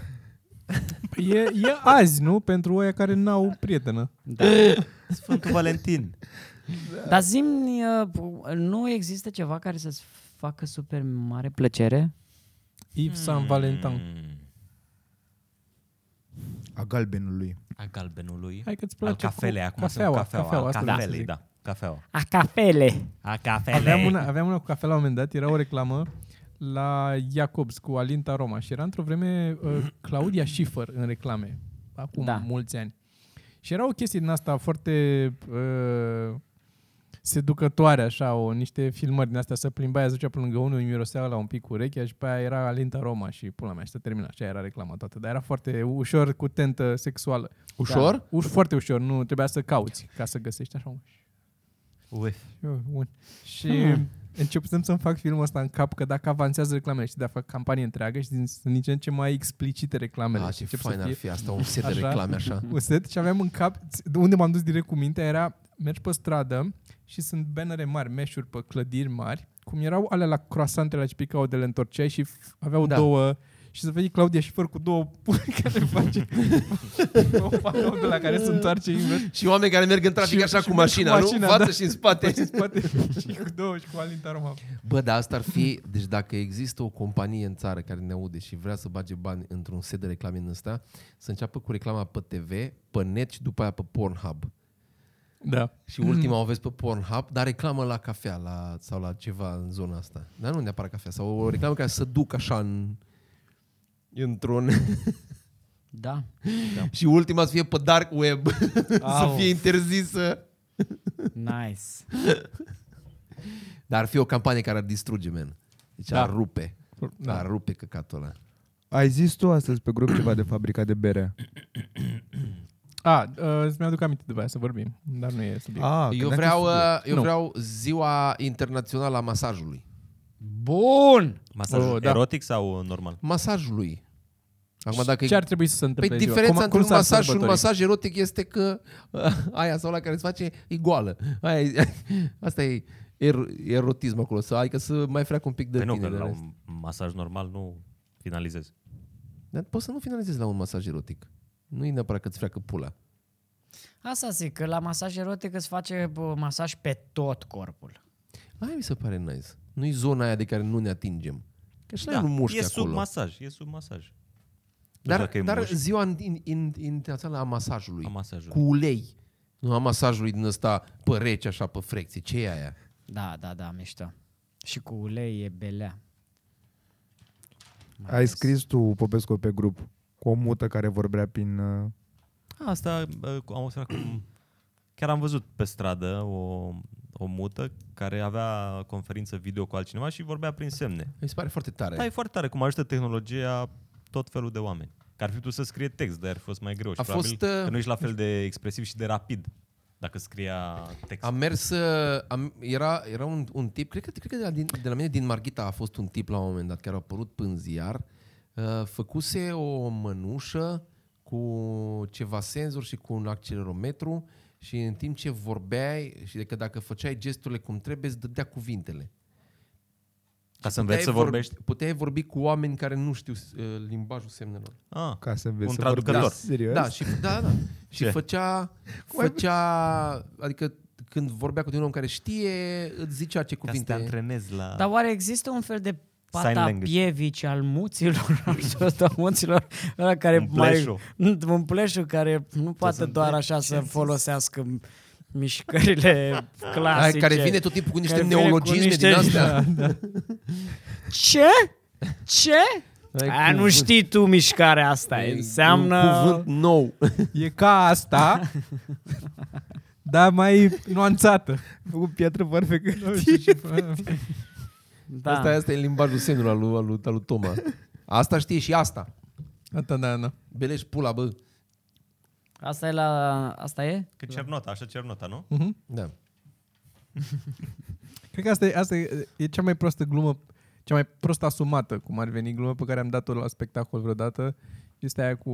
S3: Păi E, e azi, nu? Pentru oia care n-au prietenă.
S1: Da.
S4: Sfântul Valentin.
S1: Dar zim, uh, nu există ceva care să-ți facă super mare plăcere?
S3: Yves San Valentin.
S5: A galbenului.
S4: A galbenului.
S3: Hai că-ți
S4: Al
S3: place
S4: cafelei,
S3: cu...
S4: acum
S3: cafeaua,
S4: sunt cafeaua,
S3: cafeaua,
S4: al
S3: asta vreau să
S4: cafelei,
S3: zic.
S4: da. Cafeaua.
S1: A cafele.
S4: A cafelei.
S3: Aveam una, aveam una cu cafea la un moment dat, era o reclamă la Jacobs cu Alinta Roma și era într-o vreme uh, Claudia Schiffer în reclame, acum
S1: Da.
S3: da. mulți ani. Și era o chestie din asta foarte uh, seducătoare, așa, o, niște filmări din astea, să plimbai, zicea pe lângă unul, îi mirosea la un pic urechea și pe aia era Alinta Roma și pula mea, și se termina, așa era reclama toată, dar era foarte ușor cu tentă sexuală.
S2: Ușor?
S3: Da. Uș, foarte ușor, nu trebuia să cauți ca să găsești așa un
S4: Uf.
S3: eu, bun. Și începusem să-mi fac filmul ăsta în cap că dacă avansează reclamele, știi, de a fac campanie întreagă și din, sunt din ce în ce mai explicite reclamele.
S2: Ah,
S3: Și
S2: ce
S3: încep să
S2: fain ar
S3: fie
S2: fi asta, un set de
S3: așa.
S2: reclame așa.
S3: Un set și aveam în cap, de unde m-am dus direct cu mintea, era mergi pe stradă și sunt bannere mari, meșuri pe clădiri mari, cum erau alea la croasantele la ce picau de le întorceai și f- aveau
S2: Da.
S3: da. două și să vezi Claudia și făr cu două puri care face o panou de la care se întoarce invers
S2: Și oameni care merg în trafic
S3: Și-
S2: așa
S3: și
S2: cu
S3: merg cu
S2: mașina, nu?
S3: mașina,
S2: Față
S3: da.
S2: și în spate.
S3: în spate și cu două și cu alinta romă.
S2: Bă, dar asta ar fi, deci dacă există o companie în țară care ne aude și vrea să bage bani într-un set de reclame în ăsta, să înceapă cu reclama pe TV, pe net și după aia pe Pornhub.
S3: Da.
S2: Și ultima o vezi pe Pornhub, dar reclamă la cafea la, sau la ceva în zona asta. Dar nu neapărat cafea, sau o reclamă care să duc așa în, într-un...
S1: Da.
S2: și ultima să fie pe dark web, să
S3: Au.
S2: fie interzisă.
S1: Nice.
S2: Dar ar fi o campanie care ar distruge, man. Deci da.
S3: Da.
S2: ar rupe. Da.
S3: Da. Ah,
S2: Ar rupe căcatul ăla.
S5: Ai zis tu astăzi pe grup ceva de fabrica de bere.
S3: A, uh, îți mi-aduc aminte după aia să vorbim, dar nu e subiect.
S5: Ah,
S2: Eu
S5: credeam că
S2: vreau,
S5: știu.
S2: uh, eu
S3: Nu.
S2: vreau ziua internațională a masajului.
S1: Bun!
S4: Masaj
S3: Oh,
S4: oh,
S3: da.
S4: erotic sau normal?
S2: Masajului. Acum dacă
S3: Ce ar trebui să se întâmple
S2: Păi
S3: ziua?
S2: diferența între un
S3: s-ar
S2: masaj și un
S3: sărbători?
S2: masaj erotic este că uh, aia sau la care îți face e goală. Aia e, asta e er- erotism acolo, să, adică să mai freacă un pic de
S4: Păi nu,
S2: tine.
S4: că
S2: de
S4: la
S2: rest.
S4: un masaj normal nu finalizezi.
S2: Dar poți să nu finalizezi la un masaj erotic. Nu e neapărat că îți freacă pula.
S1: Asta zic, că la masaj erotic îți face bă, masaj pe tot corpul.
S2: Aia mi se pare nice. Nu e zona aia de care nu ne atingem. Că și da, nu mușchi
S4: e sub
S2: acolo.
S4: masaj, e sub masaj. Nu știu
S2: dar
S4: dacă e
S2: dar
S4: mușchi.
S2: ziua in, in, in, internațională a masajului.
S4: A masajului.
S2: Cu ulei. Nu a masajului din ăsta pe rece, așa, pe frecție. Ce e aia?
S1: Da, da, da, mișto. Și cu ulei e belea.
S5: Ai scris tu, Popescu, pe grup. cu o mută care vorbea prin... uh,
S4: Asta uh, am observat cum... Chiar am văzut pe stradă o, o mută care avea conferință video cu altcineva și vorbea prin semne.
S2: Mi se pare foarte tare.
S4: Da, e foarte tare cum ajută tehnologia tot felul de oameni. Că ar fi putut să scrie text, dar ar fi fost mai greu. Și
S2: A
S4: probabil
S2: fost, uh,
S4: că nu ești la fel de expresiv și de rapid dacă scria text.
S2: Am mers, uh, am, era, era un, un tip, cred că, cred că de, la, din, de la mine, din Marghita, a fost un tip la un moment dat, care a apărut până în ziar, uh, făcuse o mănușă cu ceva senzor și cu un accelerometru și în timp ce vorbeai și de că dacă făceai gesturile cum trebuie, îți dădea cuvintele.
S4: Ca
S2: Puteai
S4: să înveți să
S2: vor-
S4: vorbești.
S2: Puteai vorbi cu oameni care nu știu uh, limbajul semnelor.
S4: Ah,
S5: Ca să vezi
S4: Un
S5: să
S4: traducător.
S5: vorbească. Serios?
S2: Da, și, da, da. și
S4: Ce?
S2: făcea, făcea, adică când vorbea cu un om care știe, îți zicea ce
S4: ca să te
S2: cuvinte.
S4: antrenezi la...
S2: Da.
S1: Dar oare există un fel de
S4: language.
S1: patapievici al muților, al sotamuților, ăla care
S4: Un
S1: mai,
S4: pleșu.
S1: un pleșu care nu poate doar așa să folosească mișcările clasice.
S2: Aia care vine tot timpul cu niște
S1: Da, Care vine cu
S2: neologisme
S1: niște- Da.
S2: din astea.
S1: Ce? Ce? A, nu știi tu mișcarea asta,
S2: E
S1: înseamnă...
S2: Un cuvânt nou.
S3: E ca asta, dar mai nuanțată.
S5: Făcut piatră perfectă.
S3: Nu știu ce fă-
S1: Da.
S2: Da. Asta, asta e limbajul semnelor al lui, al, lui, al lui Toma. Asta știe și asta.
S3: Asta, da, da.
S2: Beleș pula, bă.
S1: Asta e la... Asta e?
S4: Că cer nota, așa cer nota, nu?
S3: Mhm.
S2: Da.
S3: Cred că asta e, asta e, e cea mai prostă glumă, cea mai prost asumată, cum ar veni, glumă pe care am dat-o la spectacol vreodată. Este aia cu...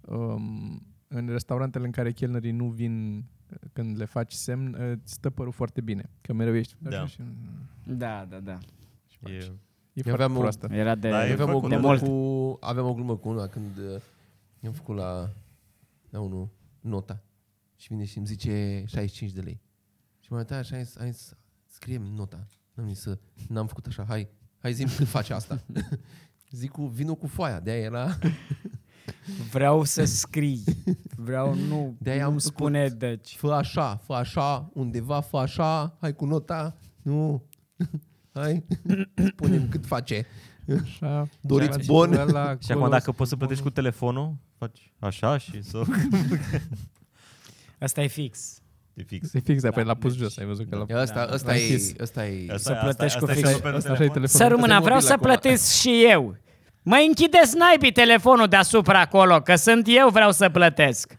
S3: Um, în restaurantele în care chelnerii nu vin uh, când le faci semn, uh, îți stă părul foarte bine. Că mereu ești...
S4: Da.
S3: Și,
S1: Da, da, da.
S4: E...
S3: e foarte
S2: aveam o-
S3: proastă.
S1: Era de...
S4: Da,
S2: Noi
S4: e
S2: aveam o
S4: făcut
S1: de
S2: glumă
S1: mult.
S2: cu... Aveam o glumă cu una când uh, i-am făcut la, la unul nota. Și vine și îmi zice 65 de lei. Și m-am uitat așa, hai, să- hai să scriem nota. N-am zis să... N-am făcut așa, hai, hai zi când faci asta. Zic cu, vino cu foaia, de-aia era...
S1: Vreau să scrii. Vreau nu...
S2: De-aia
S1: nu
S2: am
S1: spune deci.
S2: Fă așa, fă așa, undeva, fă așa, hai cu nota, nu, hai, punem cât face.
S3: Așa,
S2: Doriți
S3: și
S2: bon?
S3: ăla acolo,
S4: Și acum dacă poți să plătești cu telefonul, faci așa și să...
S1: Asta e fix.
S4: E fix.
S3: E fix, da, păi
S1: Da,
S3: l-a pus
S1: deci-
S3: jos, ai văzut că
S4: Da.
S3: l-a
S2: Asta, asta,
S3: L-ai
S2: e,
S3: Da. închis.
S2: asta e...
S4: Asta- asta-
S1: plătești cu
S4: asta e
S1: fix.
S4: și pe
S3: Asta așa e
S4: telefon.
S3: telefonul.
S1: Să rămână,
S2: mobil
S1: vreau să
S2: acum.
S1: plătesc și eu. Mă închideți naibii telefonul deasupra acolo, că sunt eu vreau să plătesc.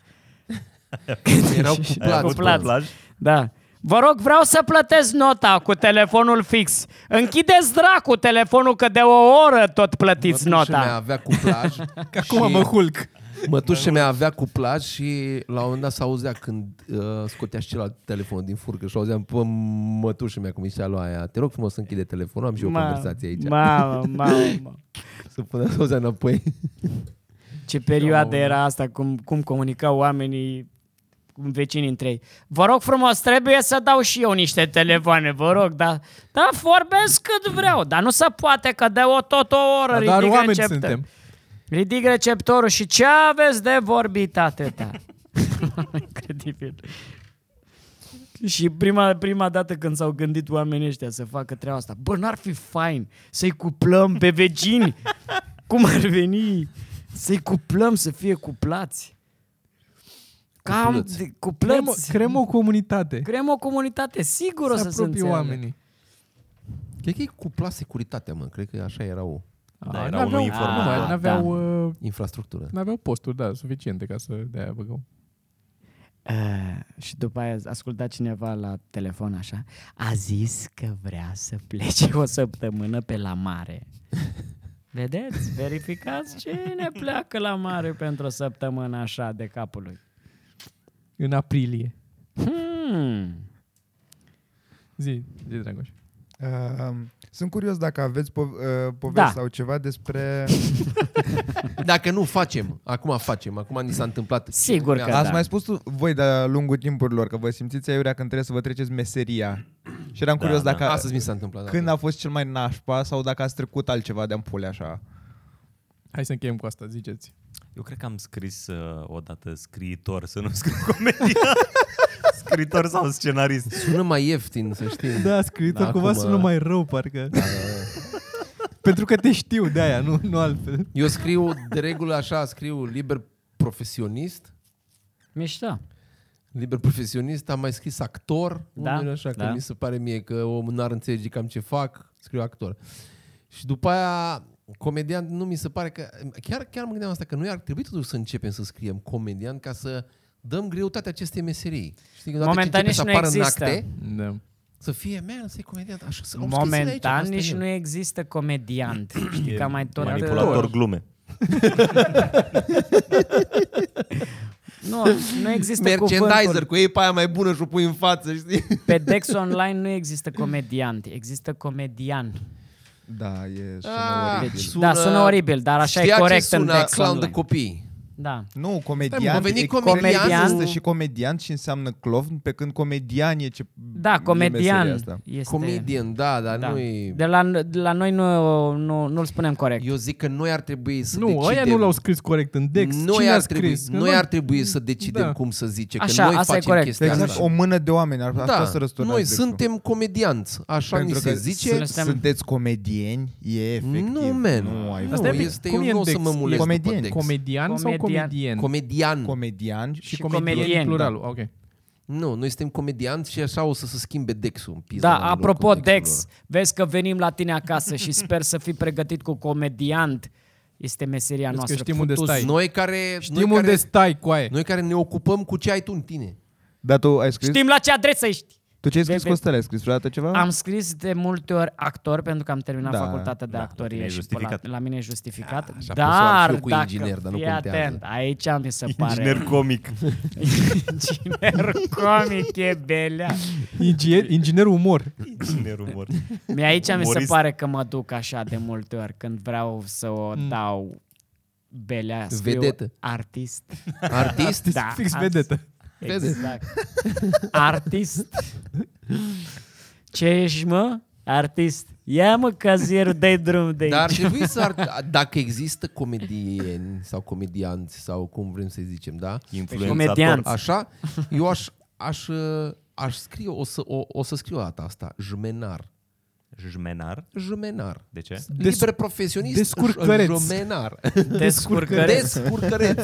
S2: Erau
S4: Ai
S2: cuplați.
S4: avut
S1: cuplați.
S4: cuplaj?
S1: Da. Vă rog, vreau să plătesc nota cu telefonul fix. Închideți dracu telefonul că de o oră tot plătiți
S2: Mătușa mea
S1: nota.
S2: avea cuplaj.
S3: Că acum mă hulc.
S2: Mătușa mea avea cuplaj și la un moment dat s-auzea când uh, scotea și celălalt telefonul din furcă și auzeam pe mătușa mea cum zicea lui aia, te rog frumos să închide telefonul, am și eu o conversație aici.
S1: Mamă, mamă, mamă.
S2: Să pună să auzea înapoi.
S1: Ce perioadă era asta, cum, cum comunicau oamenii cum vecinii între ei. Vă rog frumos, trebuie să dau și eu niște telefoane, vă rog, dar da, vorbesc cât vreau, dar nu se poate că de o tot o oră
S3: Dar
S1: ridic
S3: doar oameni
S1: receptor.
S3: suntem.
S1: Ridic receptorul și ce aveți de vorbit atâta? Incredibil. Și prima, prima dată când s-au gândit oamenii ăștia să facă treaba asta, bă, n-ar fi fain să-i cuplăm pe vecini? Cum ar veni? Să-i cuplăm, să fie cuplați. Cam
S2: Cupluți.
S1: de-
S3: Creăm, o-
S1: cuplăți.
S3: creăm o comunitate.
S1: Creăm o comunitate, sigur o să
S3: Se
S1: se
S3: apropie
S1: înțeleagă.
S3: oamenii.
S2: Cred că e cupla securitatea, mă. Cred că așa era o
S4: Da,
S3: Ah,
S4: era
S3: n-aveau-
S4: unul informat. Da.
S3: nu,
S1: Ah,
S3: N-aveau uh,
S2: infrastructură.
S3: N-aveau posturi, da, suficiente ca să de-aia băgau.
S1: Uh, și după aia asculta cineva la telefon așa, a zis că vrea să plece o săptămână pe la mare. Vedeți? Verificați cine pleacă la mare pentru o săptămână așa de capul lui.
S3: În aprilie.
S1: Hmm.
S3: Zi, zi, Dragoș.
S5: Uh, sunt curios dacă aveți po- uh, povești
S1: Da.
S5: sau ceva despre...
S2: Dacă nu, facem. Acum facem. Acum ni s-a întâmplat.
S1: Sigur că
S5: Ați
S1: da.
S5: mai spus tu- voi de-a lungul timpurilor că vă simțiți aiurea când trebuie să vă treceți meseria. Și eram
S4: Da,
S5: curios
S4: da.
S5: dacă
S2: Astăzi mi s-a întâmplat. da.
S5: când a fost cel mai nașpa sau dacă ați trecut altceva de ampule așa.
S3: Hai să încheiem cu asta, ziceți.
S4: Eu cred că am scris uh, odată scriitor, să nu scriu comedie. scriitor sau scenarist.
S2: Sună mai ieftin, să știi.
S3: Da, scriitor
S2: Da, cumva acum- sună mai
S3: rău, parcă.
S2: Da, da, da.
S3: pentru că te știu de aia, nu, nu altfel.
S2: Eu scriu de regulă așa, scriu liber profesionist,
S1: Mișto.
S2: liber profesionist, am mai scris actor,
S1: Da,
S2: unul așa, că
S1: da.
S2: mi se pare mie că omul n-ar înțelege cam ce fac, scriu actor. Și după aia, comedian, nu mi se pare că, chiar, chiar mă gândeam asta, că noi ar trebui totuși să începem să scriem comedian ca să dăm greutatea acestei meserii. Știi, odată ce
S1: Momentan
S2: începe să
S1: nici nu
S2: apară în
S1: există.
S2: acte,
S3: Da.
S2: să fie, man, să-i comedian, așa, să am scris ele aici,
S1: Momentan
S2: asta e
S1: nici
S2: el."
S1: nu există comediant. Știi că mai tot...
S4: Manipulator glume.
S1: Nu, nu există
S2: merchandiser
S1: cuvântul.
S2: cu ei pe aia mai bună și o pui în față, știi?
S1: Pe Dex Online nu există comediant, există comedian.
S5: Da, e sună
S2: Ah,
S5: oribil.
S1: Deci, da, sună oribil, dar așa e
S2: Știa
S1: corect
S2: ce sună
S1: în Dex
S2: clown de
S1: Online.
S2: copii.
S1: Da.
S5: Nu,
S2: Stai, mă,
S5: comedian,
S2: a venit
S5: e-
S2: comedian.
S5: există și comedian și înseamnă clown, pe când comedian e ce e
S1: Da,
S5: meseria
S1: comedian
S5: asta.
S1: este...
S2: Comedian, da, dar
S1: Da.
S2: nu e...
S1: De la, de la noi nu, nu, nu-l spunem corect.
S2: Eu zic că noi ar trebui să
S3: Nu,
S2: decidem...
S3: ăia nu l-au scris corect în Dex.
S2: Noi
S3: Cine a
S2: ar, trebui,
S3: scris? Că
S2: noi
S3: nu-
S2: ar trebui să decidem
S3: Da.
S2: cum să zice,
S1: Așa,
S2: că noi
S1: asta e
S2: facem
S1: corect.
S2: chestia
S5: Exact,
S2: asta.
S5: o mână de oameni, ar da, să
S2: da,
S5: răsturnați
S2: noi
S5: Dexul.
S2: suntem comedianți, așa
S5: Pentru
S2: mi se
S5: că
S2: zice.
S1: suntem-
S5: Sunteți comedieni, e efectiv.
S2: Nu, man.
S5: Nu, ai
S2: Nu,
S3: Asta
S5: voie.
S3: e bine.
S2: este,
S3: Cum
S2: eu
S3: e
S2: nu o
S3: în
S2: să
S3: Dex?
S2: mă mulesc după
S5: Comedian,
S2: Dex.
S3: Comedian sau
S1: Comedian.
S3: comedien?
S2: Comedian.
S5: comedian și,
S3: și
S1: Și
S3: comedien
S1: comedien,
S3: în pluralul. Ok.
S2: Nu, noi suntem comedianți și așa o să se schimbe Dexul. în pizda
S1: Da,
S2: oamenilor cu
S1: apropo,
S2: Dexul
S1: Dex, vezi că venim la tine acasă și sper să fii pregătit cu comediant. Este meseria
S3: că
S1: noastră.
S3: știm unde
S1: Futus.
S2: lor.
S3: stai.
S2: Noi care, noi,
S3: Știm unde
S2: care,
S3: stai, coaie.
S2: noi care ne ocupăm cu ce ai tu în tine.
S5: Dar tu ai scris?
S1: Știm la ce adresă ești.
S5: Tu ce ai scris
S1: Ve-
S5: cu stele? Ai scris vreodată
S3: Ah.
S5: ceva?
S1: Am scris de multe ori actor pentru că am terminat
S5: Da,
S1: facultatea de
S5: da.
S1: actorie
S4: La tine
S1: și
S4: e
S1: pe la,
S4: justificat.
S1: la mine e justificat.
S2: Da, așa, pot să am și
S1: dar
S2: eu cu
S1: dacă
S2: inginer, dar nu
S1: fii
S2: contează.
S1: atent, aici mi se pare
S4: Inginer comic.
S1: inginer comic e belea.
S3: Inginer, inginer umor.
S4: Inginer umor.
S1: Mie aici mi se
S4: Umorist.
S1: pare că mă duc așa de multe ori când vreau să o dau belea. scriu
S2: Vedetă.
S1: Artist.
S2: Artist?
S1: Da,
S3: Fix
S1: asta.
S3: vedetă.
S1: Exact. Artist. Ce ești, mă? Artist. Ia mă cazierul, dai drum de aici.
S2: Dar ar trebui să ar, dacă există comedieni sau comedianți sau cum vrem să zicem, da?
S1: Comedian.
S4: Influențator.
S2: Așa, eu aș, aș, uh, aș scrie, o să, o, o să scriu data asta, jmenar.
S4: Jmenar.
S2: Jmenar.
S4: De ce?
S2: Liber
S3: Des-
S2: profesionist,
S3: descurcăreț.
S2: jmenar.
S1: Descurcăreț.
S2: Descurcăreț.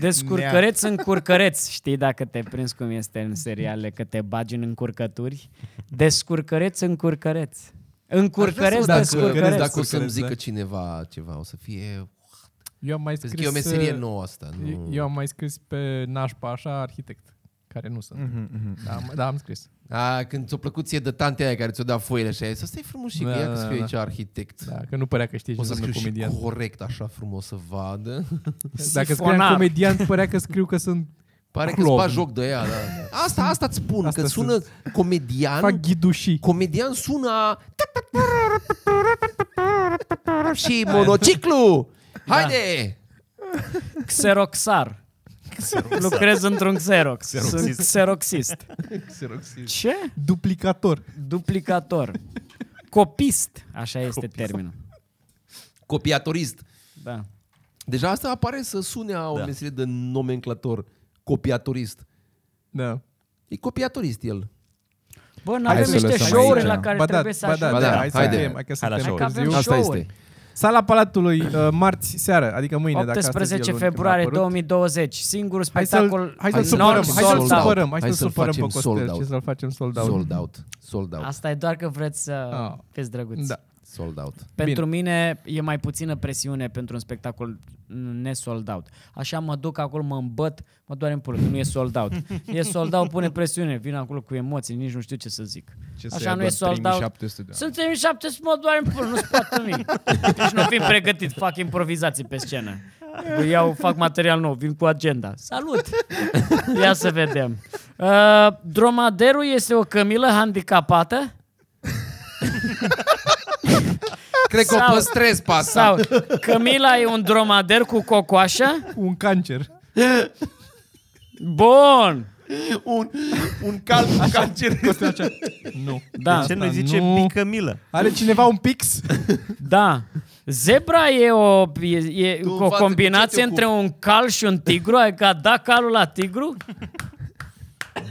S1: Descurcăreț în curcăreț. Știi dacă te prinzi cum este în seriale, că te bagi în încurcături? Descurcăreț în curcăreț. În curcăreț,
S2: dacă,
S1: descurcăreț.
S2: dacă o să-mi
S3: Descurcăreț, da.
S2: zică cineva ceva, o să fie...
S3: Eu am mai
S2: Să
S3: scris...
S2: zic că e o meserie
S3: uh,
S2: nouă asta.
S3: eu-
S2: Nu.
S3: Eu am mai scris pe nașpa așa arhitect, care nu sunt.
S5: Mhm, mhm.
S3: Da, am, da, am scris.
S2: A, când ți-o plăcut ție de tante aia care ți-o dea foile și aia, să stai frumos și că
S3: Da,
S2: ia
S3: da,
S2: că scriu
S3: da.
S2: aici arhitect.
S3: Da, că nu părea că știi ce
S2: O să
S3: înseamnă
S2: scriu
S3: comedian.
S2: și corect, așa frumos să vadă.
S3: Dacă scriam
S1: Sifonar.
S3: comedian, părea că scriu că sunt...
S2: Pare că îți
S3: Clown.
S2: bag joc de ea, da. Asta, asta îți spun,
S3: Asta
S2: că sună comedian.
S3: Fac ghidușii.
S2: Comedian sună a- și monociclu. Haide!
S1: Xeroxar. Lucrez într-un Xerox.
S4: Xeroxist.
S1: Sunt xeroxist. Ce?
S3: Duplicator.
S1: Duplicator. Copist. Așa este termenul.
S2: Copiatorist.
S1: Da.
S2: Deja asta apare să sune a o
S4: Da.
S2: meserie de nomenclator. Copiatorist.
S3: Da.
S2: E copiatorist el.
S1: Bă,
S5: Hai
S1: avem
S5: să
S1: niște
S5: lăsăm
S1: show-uri
S5: aici.
S1: la care
S3: Ba da,
S1: trebuie să
S3: ba da,
S1: ajungem.
S2: Ba da,
S3: da, hai să
S2: haide.
S3: vedem, hai că
S4: Hai la
S3: suntem
S4: show.
S1: Că avem
S3: târziu.
S2: Asta
S1: show-uri.
S2: este.
S3: Sala Palatului, uh, marți seară, adică mâine, dacă astăzi e
S1: 18
S3: luni,
S1: februarie
S3: când a apărut.
S1: 2020, singurul
S3: Hai
S1: spectacol
S3: să-l, hai
S2: Hai
S3: să-l
S1: non
S3: supărăm, hai să-l
S1: sold out.
S3: supărăm, hai
S2: Hai
S3: să-l
S2: să-l
S3: supărăm pe
S2: facem sold
S3: Costel
S2: out.
S3: și să-l facem sold out.
S2: Sold out. Sold out.
S1: Asta e doar că vreți să
S3: Ah.
S1: fiți drăguți.
S3: Da.
S2: Sold out.
S1: Pentru mine e mai puțină presiune pentru un spectacol nesold out. Așa mă duc acolo, mă îmbăt, mă doare în pulă, că nu e sold out. E sold out, pune presiune, vin acolo cu emoții, nici nu știu ce să zic.
S5: Ce să
S1: Așa
S5: ia
S1: nu e
S5: doar
S1: sold out. Da.
S5: 3700 de
S1: Sunt 3700, mă doare în pulă, nu-ți poate nimic. Deci nu fim pregătit, fac improvizații pe scenă. Iau, fac material nou, vin cu agenda. Salut! Ia să vedem. Uh, dromaderul este o cămilă handicapată?
S2: Cred că o
S1: Sau-
S2: păstrez pe asta.
S1: Sau Camila e un dromader cu cocoașă?
S3: Un cancer.
S1: Bun!
S2: Un, un cal cu cancer.
S3: Costel așa. Nu.
S1: Da,
S4: Ce nu zice
S3: nu.
S4: mică milă?
S3: Are cineva un pix?
S1: da. Zebra e o, e, e
S2: Tu
S1: o
S2: învață cu ce
S1: combinație
S2: te
S1: între un cal și un tigru? Adică a da calul la tigru?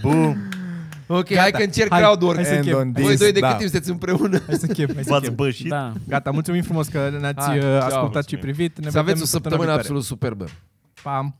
S4: Bum.
S2: Ok,
S3: Gata.
S2: hai că încerc
S3: Hai,
S2: crowdwork.
S3: hai să
S5: And
S3: chem.
S5: on
S2: Voi
S5: this,
S2: doi de
S5: da.
S2: cât timp sunteți împreună?
S3: Hai să chem, hai să
S4: V-ați
S3: chem.
S4: bășit?
S1: Da.
S3: Gata, mulțumim frumos că ne-ați
S2: Hai,
S3: uh,
S2: ceau,
S3: ascultat și
S4: mulțumim.
S3: privit. Ne
S2: Să aveți
S3: vedem
S2: o săptămână
S3: viitoare.
S2: absolut superbă.
S3: Pam!